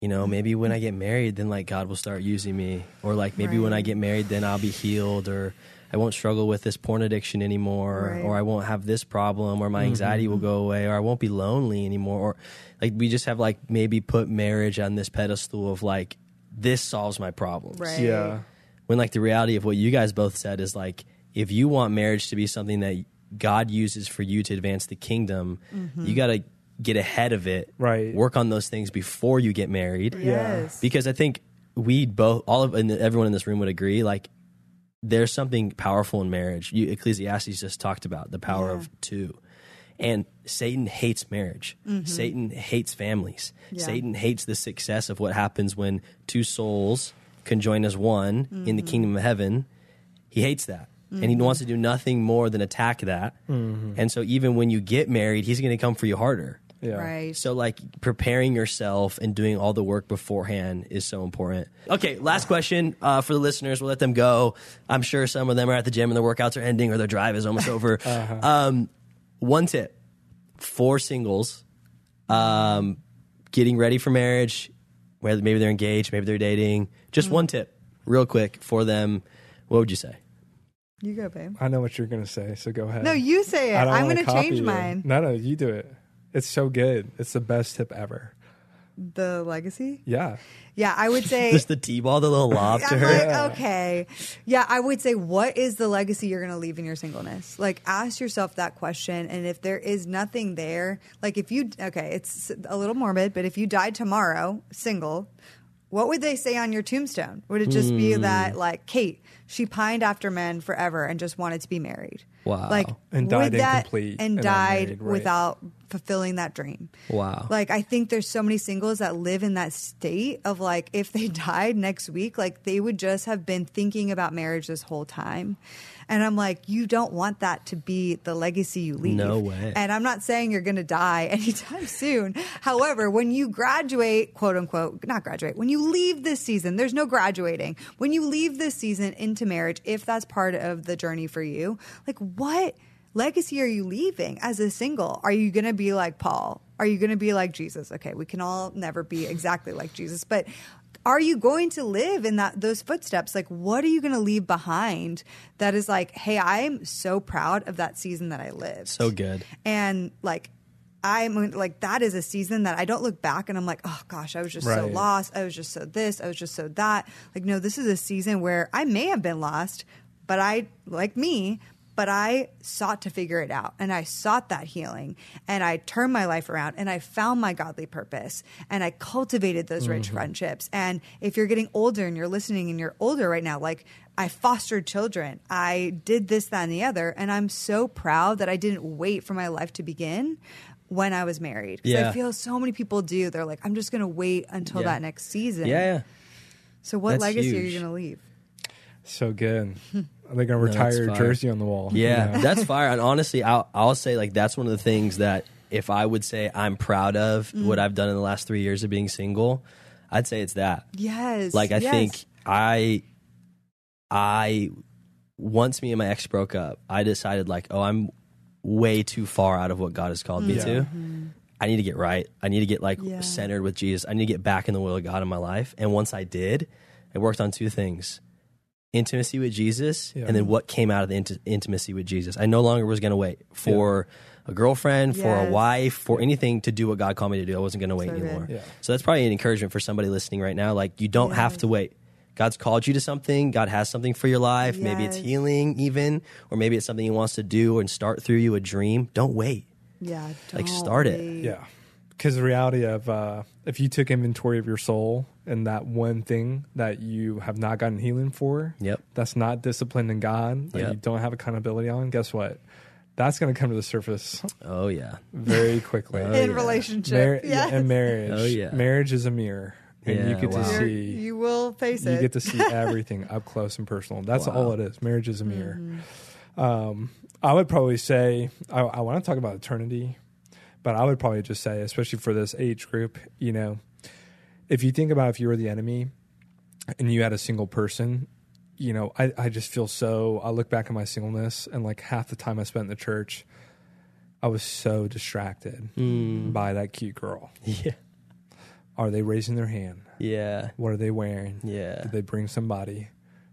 S5: you know, maybe when I get married, then like God will start using me, or like maybe when I
S4: Right.
S5: get married, then I'll be healed, or I won't struggle with this porn addiction anymore,
S4: Right. Mm-hmm.
S5: or I won't have this problem, or my anxiety will go away, or I won't be lonely anymore, or like we just have like maybe put marriage on this pedestal of like this solves my problems
S4: Right.
S6: Yeah.
S5: when like the reality of what you guys both said is like if you want marriage to be something that God uses for you to advance the kingdom, you got to get ahead of it.
S6: Right.
S5: Work on those things before you get married.
S4: Yes.
S5: Because I think we both all of and everyone in this room would agree like there's something powerful in marriage. You, Ecclesiastes just talked about the power of two. And Satan hates marriage. Satan hates families.
S4: Mm-hmm. Yeah.
S5: Satan hates the success of what happens when two souls conjoin as one in
S4: Mm-hmm.
S5: the kingdom of heaven. He hates that. And he wants to do nothing more than attack that. And so even when you get married, he's going to come for you harder.
S6: Yeah.
S4: Right.
S5: So like preparing yourself and doing all the work beforehand is so important. Okay, last question uh, for the listeners. We'll let them go. I'm sure some of them are at the gym and their workouts are ending or their drive is almost over. um, one tip for singles, um, getting ready for marriage. Whether maybe they're engaged, maybe they're dating. Just one tip, real quick for them. What would you say?
S4: you go, babe.
S6: I know what you're going to say, so go ahead.
S4: No, you say it.
S6: I don't
S4: I'm
S6: wanna
S4: going to
S6: copy
S4: change
S6: you.
S4: mine.
S6: No, no, you do it. It's so good. It's the best tip ever.
S4: The legacy.
S6: Yeah.
S4: Yeah, I would say.
S5: Just the t-ball, the little lobster.
S4: I'm like, okay. Yeah, I would say, what is the legacy you're going to leave in your singleness? Like, ask yourself that question. And if there is nothing there, like, if you, okay, it's a little morbid, but if you died tomorrow, single, what would they say on your tombstone? Would it just be that, like, Kate, she pined after men forever and just wanted to be married?
S5: Wow.
S4: Like,
S6: And
S4: would
S6: died
S4: that-
S6: incomplete
S4: And,
S6: and
S4: died
S6: unmarried, right.
S4: without fulfilling that dream.
S5: Wow.
S4: Like, I think there's so many singles that live in that state of like, if they died next week, like they would just have been thinking about marriage this whole time. And I'm like, you don't want that to be the legacy you leave.
S5: No way.
S4: And I'm not saying you're going to die anytime soon. However, when you graduate, quote unquote, not graduate, when you leave this season, there's no graduating. When you leave this season into marriage, if that's part of the journey for you, like what? legacy are you leaving as a single? Are you going to be like Paul? Are you going to be like Jesus? Okay, we can all never be exactly like Jesus, but are you going to live in that those footsteps? Like what are you going to leave behind that is like, "Hey, I'm so proud of that season that I lived."
S5: So good.
S4: And like I'm like that is a season that I don't look back and I'm like, oh gosh, I was just so
S6: Right.
S4: lost. I was just so this. I was just so that. Like, no, this is a season where I may have been lost, but I like me. But I sought to figure it out and I sought that healing and I turned my life around and I found my godly purpose and I cultivated those rich friendships. And if you're getting older and you're listening and you're older right now, like I fostered children. I did this, that, and the other. And I'm so proud that I didn't wait for my life to begin when I was married. 'Cause
S5: Yeah.
S4: I feel so many people do. They're like, I'm just going to wait until
S5: Yeah.
S4: that next season.
S5: Yeah, yeah.
S4: So what
S5: That's
S4: legacy are
S5: huge.
S4: you going to leave?
S6: So good. They're gonna retire
S5: that's
S6: your
S5: fire.
S6: jersey on the wall.
S5: Yeah,
S6: you know?
S5: that's fire. And honestly, I'll, I'll say like that's one of the things that if I would say I'm proud of what I've done in the last three years of being single, I'd say it's that.
S4: Yes.
S5: Like I
S4: yes.
S5: think I, I, once me and my ex broke up, I decided like, oh, I'm way too far out of what God has called me to. I need to get right. I need to get like
S4: Mm-hmm. Yeah.
S5: centered with Jesus. I need to get back in the will of God in my life. And once I did, I worked on two things intimacy with Jesus
S6: Yeah.
S5: and then what came out of the int- intimacy with Jesus. I no longer was going to wait for a girlfriend, for a
S4: Yes.
S5: wife, for anything to do what God called me to do. I wasn't going to wait
S4: So good.
S5: anymore.
S6: Yeah.
S5: So that's probably an encouragement for somebody listening right now. Like, you don't have to wait. God's called you to something. God has something for your life. Maybe it's
S4: Yes.
S5: healing, even, or maybe it's something He wants to do and start through you a dream. Don't wait.
S4: yeah,
S5: like,
S4: don't
S5: start it.
S4: wait.
S6: Yeah. Because the reality of uh, if you took inventory of your soul and that one thing that you have not gotten healing for,
S5: Yep.
S6: that's not disciplined in God, that
S5: Yep.
S6: you don't have accountability on, guess what? That's going to come to the surface
S5: Oh, yeah.
S6: very quickly.
S4: In relationship.
S6: Mar-
S4: yes.
S6: yeah, and marriage.
S5: Oh, yeah.
S6: Marriage is a mirror, and you
S5: Yeah,
S6: get
S5: wow.
S6: to
S4: You're-
S6: see
S4: you will face it.
S6: you get to see everything up close and personal. That's all it is. Marriage is a mirror. Um, I would probably say I, I want to talk about eternity, but I would probably just say, especially for this age group, you know, if you think about if you were the enemy and you had a single person, you know, I, I just feel so. I look back at my singleness and like half the time I spent in the church, I was so distracted by that cute girl.
S5: Yeah.
S6: Are they raising their hand?
S5: Yeah.
S6: What are they wearing?
S5: Yeah.
S6: Did they bring somebody?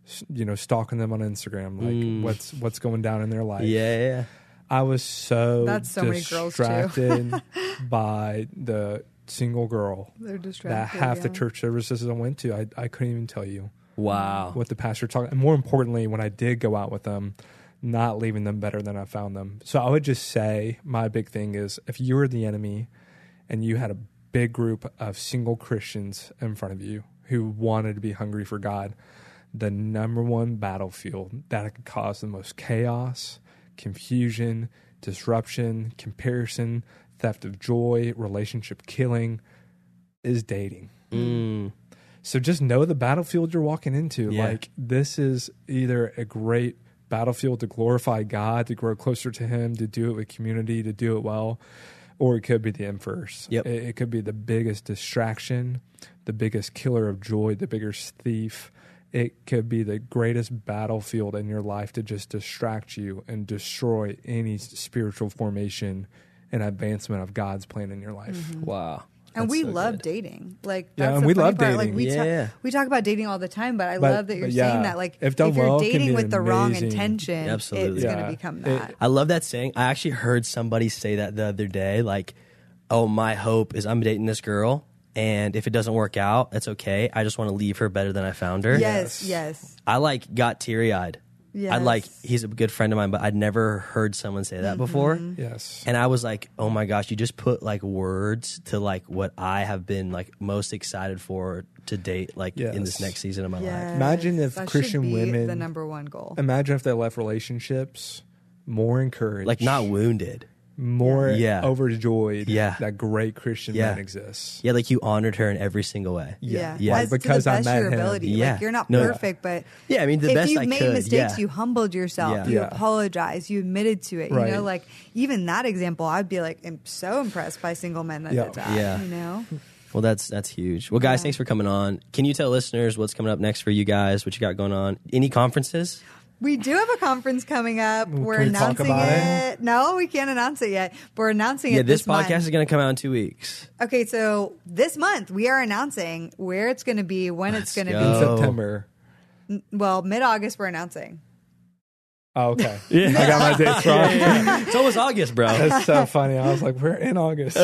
S6: S- You know, stalking them on Instagram. Like, what's what's going down in their life?
S5: Mm. Yeah, yeah.
S6: I was so
S4: That's so many girls, too.
S6: distracted by the single girl
S4: They're
S6: that
S4: distracted.
S6: half the
S4: yeah.
S6: church services I went to, I, I couldn't even tell you
S5: Wow.
S6: what the pastor talked. And more importantly, when I did go out with them, not leaving them better than I found them. So I would just say my big thing is if you were the enemy and you had a big group of single Christians in front of you who wanted to be hungry for God, the number one battlefield that could cause the most chaos, confusion, disruption, comparison, theft of joy, relationship killing is dating. So just know the battlefield you're walking into.
S5: Mm. Yeah.
S6: Like this is either a great battlefield to glorify God, to grow closer to Him, to do it with community, to do it well, or it could be the inverse.
S5: Yep.
S6: It, it could be the biggest distraction, the biggest killer of joy, the biggest thief. It could be the greatest battlefield in your life to just distract you and destroy any s- spiritual formation and advancement of God's plan in your life.
S5: Wow.
S4: And
S5: That's
S4: we
S5: so
S4: love
S5: good.
S4: dating. Like
S6: Yeah,
S4: that's
S6: and
S4: the
S6: we
S4: funny
S6: love
S4: part. Like
S6: dating.
S4: we
S5: Yeah.
S4: talk, we talk about dating all the time, but I
S6: But-
S4: love that you're
S6: but
S4: saying
S6: yeah,
S4: that. Like
S6: if
S4: if,
S6: done
S4: you're
S6: well, it can be
S4: dating with the wrong
S6: amazing.
S4: intention,
S5: Absolutely.
S4: it's
S6: Yeah.
S4: going to become
S6: It-
S4: that.
S5: I love that saying. I actually heard somebody say that the other day. Like, oh, my hope is I'm dating this girl, and if it doesn't work out, that's okay. I just want to leave her better than I found her.
S4: yes, yes.
S5: I like got teary eyed. I like
S4: Yes.
S5: he's a good friend of mine, but I'd never heard someone say that before.
S4: Mm-hmm.
S6: Yes.
S5: And I was like, oh my gosh, you just put like words to like what I have been like most excited for to date, like in this
S6: Yes.
S5: next season of my
S4: Yes.
S5: life.
S6: Imagine if
S4: That should
S6: Christian
S4: be
S6: women-
S4: the number one goal.
S6: Imagine if they left relationships more encouraged,
S5: Like not wounded.
S6: more
S5: Yeah.
S6: overjoyed.
S5: Yeah.
S6: that great Christian
S5: Yeah.
S6: man exists.
S5: Yeah, like you honored her in every single way.
S4: Yeah,
S5: Yeah.
S4: As
S6: Because
S4: to the
S6: I
S4: best
S6: met
S4: of your
S6: him.
S4: ability.
S5: Yeah.
S4: Like you're not
S5: No.
S4: perfect, but
S5: Yeah, I mean, the
S4: if
S5: best
S4: you
S5: I
S4: made
S5: could,
S4: mistakes,
S5: yeah.
S4: you humbled yourself,
S5: Yeah.
S4: you
S6: Yeah.
S4: apologized, you admitted to it.
S6: Right.
S4: You know, like even that example, I'd be like, I'm so impressed by single men that
S6: Yeah.
S4: did that.
S5: Yeah.
S4: You know,
S5: Well, that's that's huge. Well, guys, thanks for coming on. Can you tell listeners what's coming up next for you guys? What you got going on? Any conferences?
S4: we do have a conference coming up. We're
S6: we talk
S4: announcing
S6: about
S4: it. No, we can't announce it yet. We're announcing
S5: Yeah,
S4: it.
S5: this, podcast
S4: month.
S5: is going to come out in two weeks.
S4: Okay, so this month we are announcing where it's going to be, when it's
S5: Let's
S4: going to
S5: go.
S6: In
S5: Oh.
S6: September,
S4: be. Well, mid August we're announcing.
S6: Oh, okay. I got my dates wrong.
S5: it's almost August, bro.
S6: That's so funny. I was like, we're in August.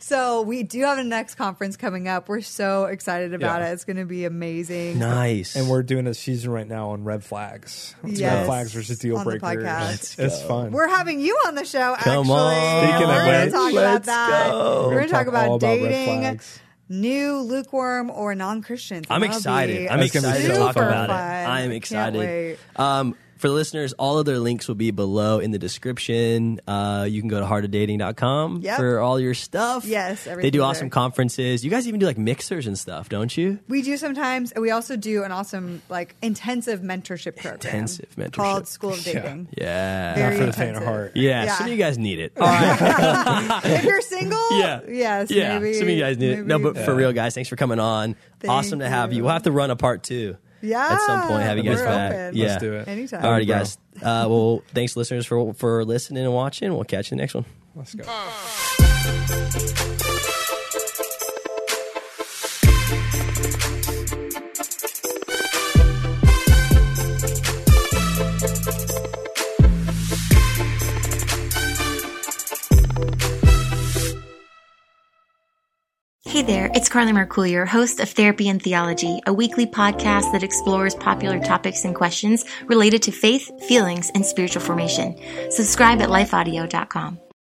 S4: So we do have a next conference coming up. We're so excited about
S6: Yeah.
S4: it. It's going to be amazing.
S5: Nice.
S6: and we're doing a season right now on red flags.
S4: Yes.
S6: Red flags versus deal
S4: On the
S6: breakers.
S4: podcast.
S6: It's
S4: Let's
S6: fun.
S4: We're having you on the show.
S5: Come
S4: actually,
S5: on.
S6: Speaking
S4: we're
S6: of
S4: gonna
S6: which,
S4: talk about
S5: let's
S4: that.
S5: go.
S4: We're,
S6: We're
S4: going to talk
S6: gonna talk all
S4: about
S6: about red
S4: dating,
S6: flags.
S4: new lukewarm or non Christians.
S5: I'm excited. I'm
S6: That's gonna be
S5: excited to
S6: so
S5: talk
S6: fun.
S5: about
S4: Super
S5: it.
S4: fun.
S5: I am
S4: Can't
S5: excited.
S4: wait.
S5: Um, for the listeners, all of their links will be below in the description. Uh, you can go to heartofdating.com
S4: Yep.
S5: for all your stuff.
S4: Yes,
S5: they
S4: everything's
S5: do
S4: there.
S5: awesome conferences. You guys even do like mixers and stuff, don't you?
S4: We do sometimes. and We also do an awesome, like, intensive mentorship program.
S5: Intensive mentorship.
S4: Called School of Dating.
S5: Yeah.
S4: Very
S6: Not for the faint of
S4: intensive.
S6: heart.
S5: yeah,
S4: Yeah.
S5: some of you guys need it. All right.
S4: If you're single,
S5: Yeah.
S4: yes,
S5: yeah.
S4: maybe.
S5: some of you guys need it. No,
S4: maybe-
S5: but for real, guys, thanks for coming on.
S4: Thank
S5: awesome to have you.
S4: you.
S5: We'll have to run a part two.
S4: yeah,
S5: at some point have you guys
S4: we're
S5: back.
S4: open.
S5: Yeah.
S6: Let's do it.
S4: Anytime.
S5: All right,
S6: bro.
S5: guys. Uh, well, thanks, listeners, for for listening and watching. We'll catch you in the next one.
S6: Let's go.
S11: Hey there, it's Carly Mercourier, host of Therapy and Theology, a weekly podcast that explores popular topics and questions related to faith, feelings, and spiritual formation. Subscribe at lifeaudio.com.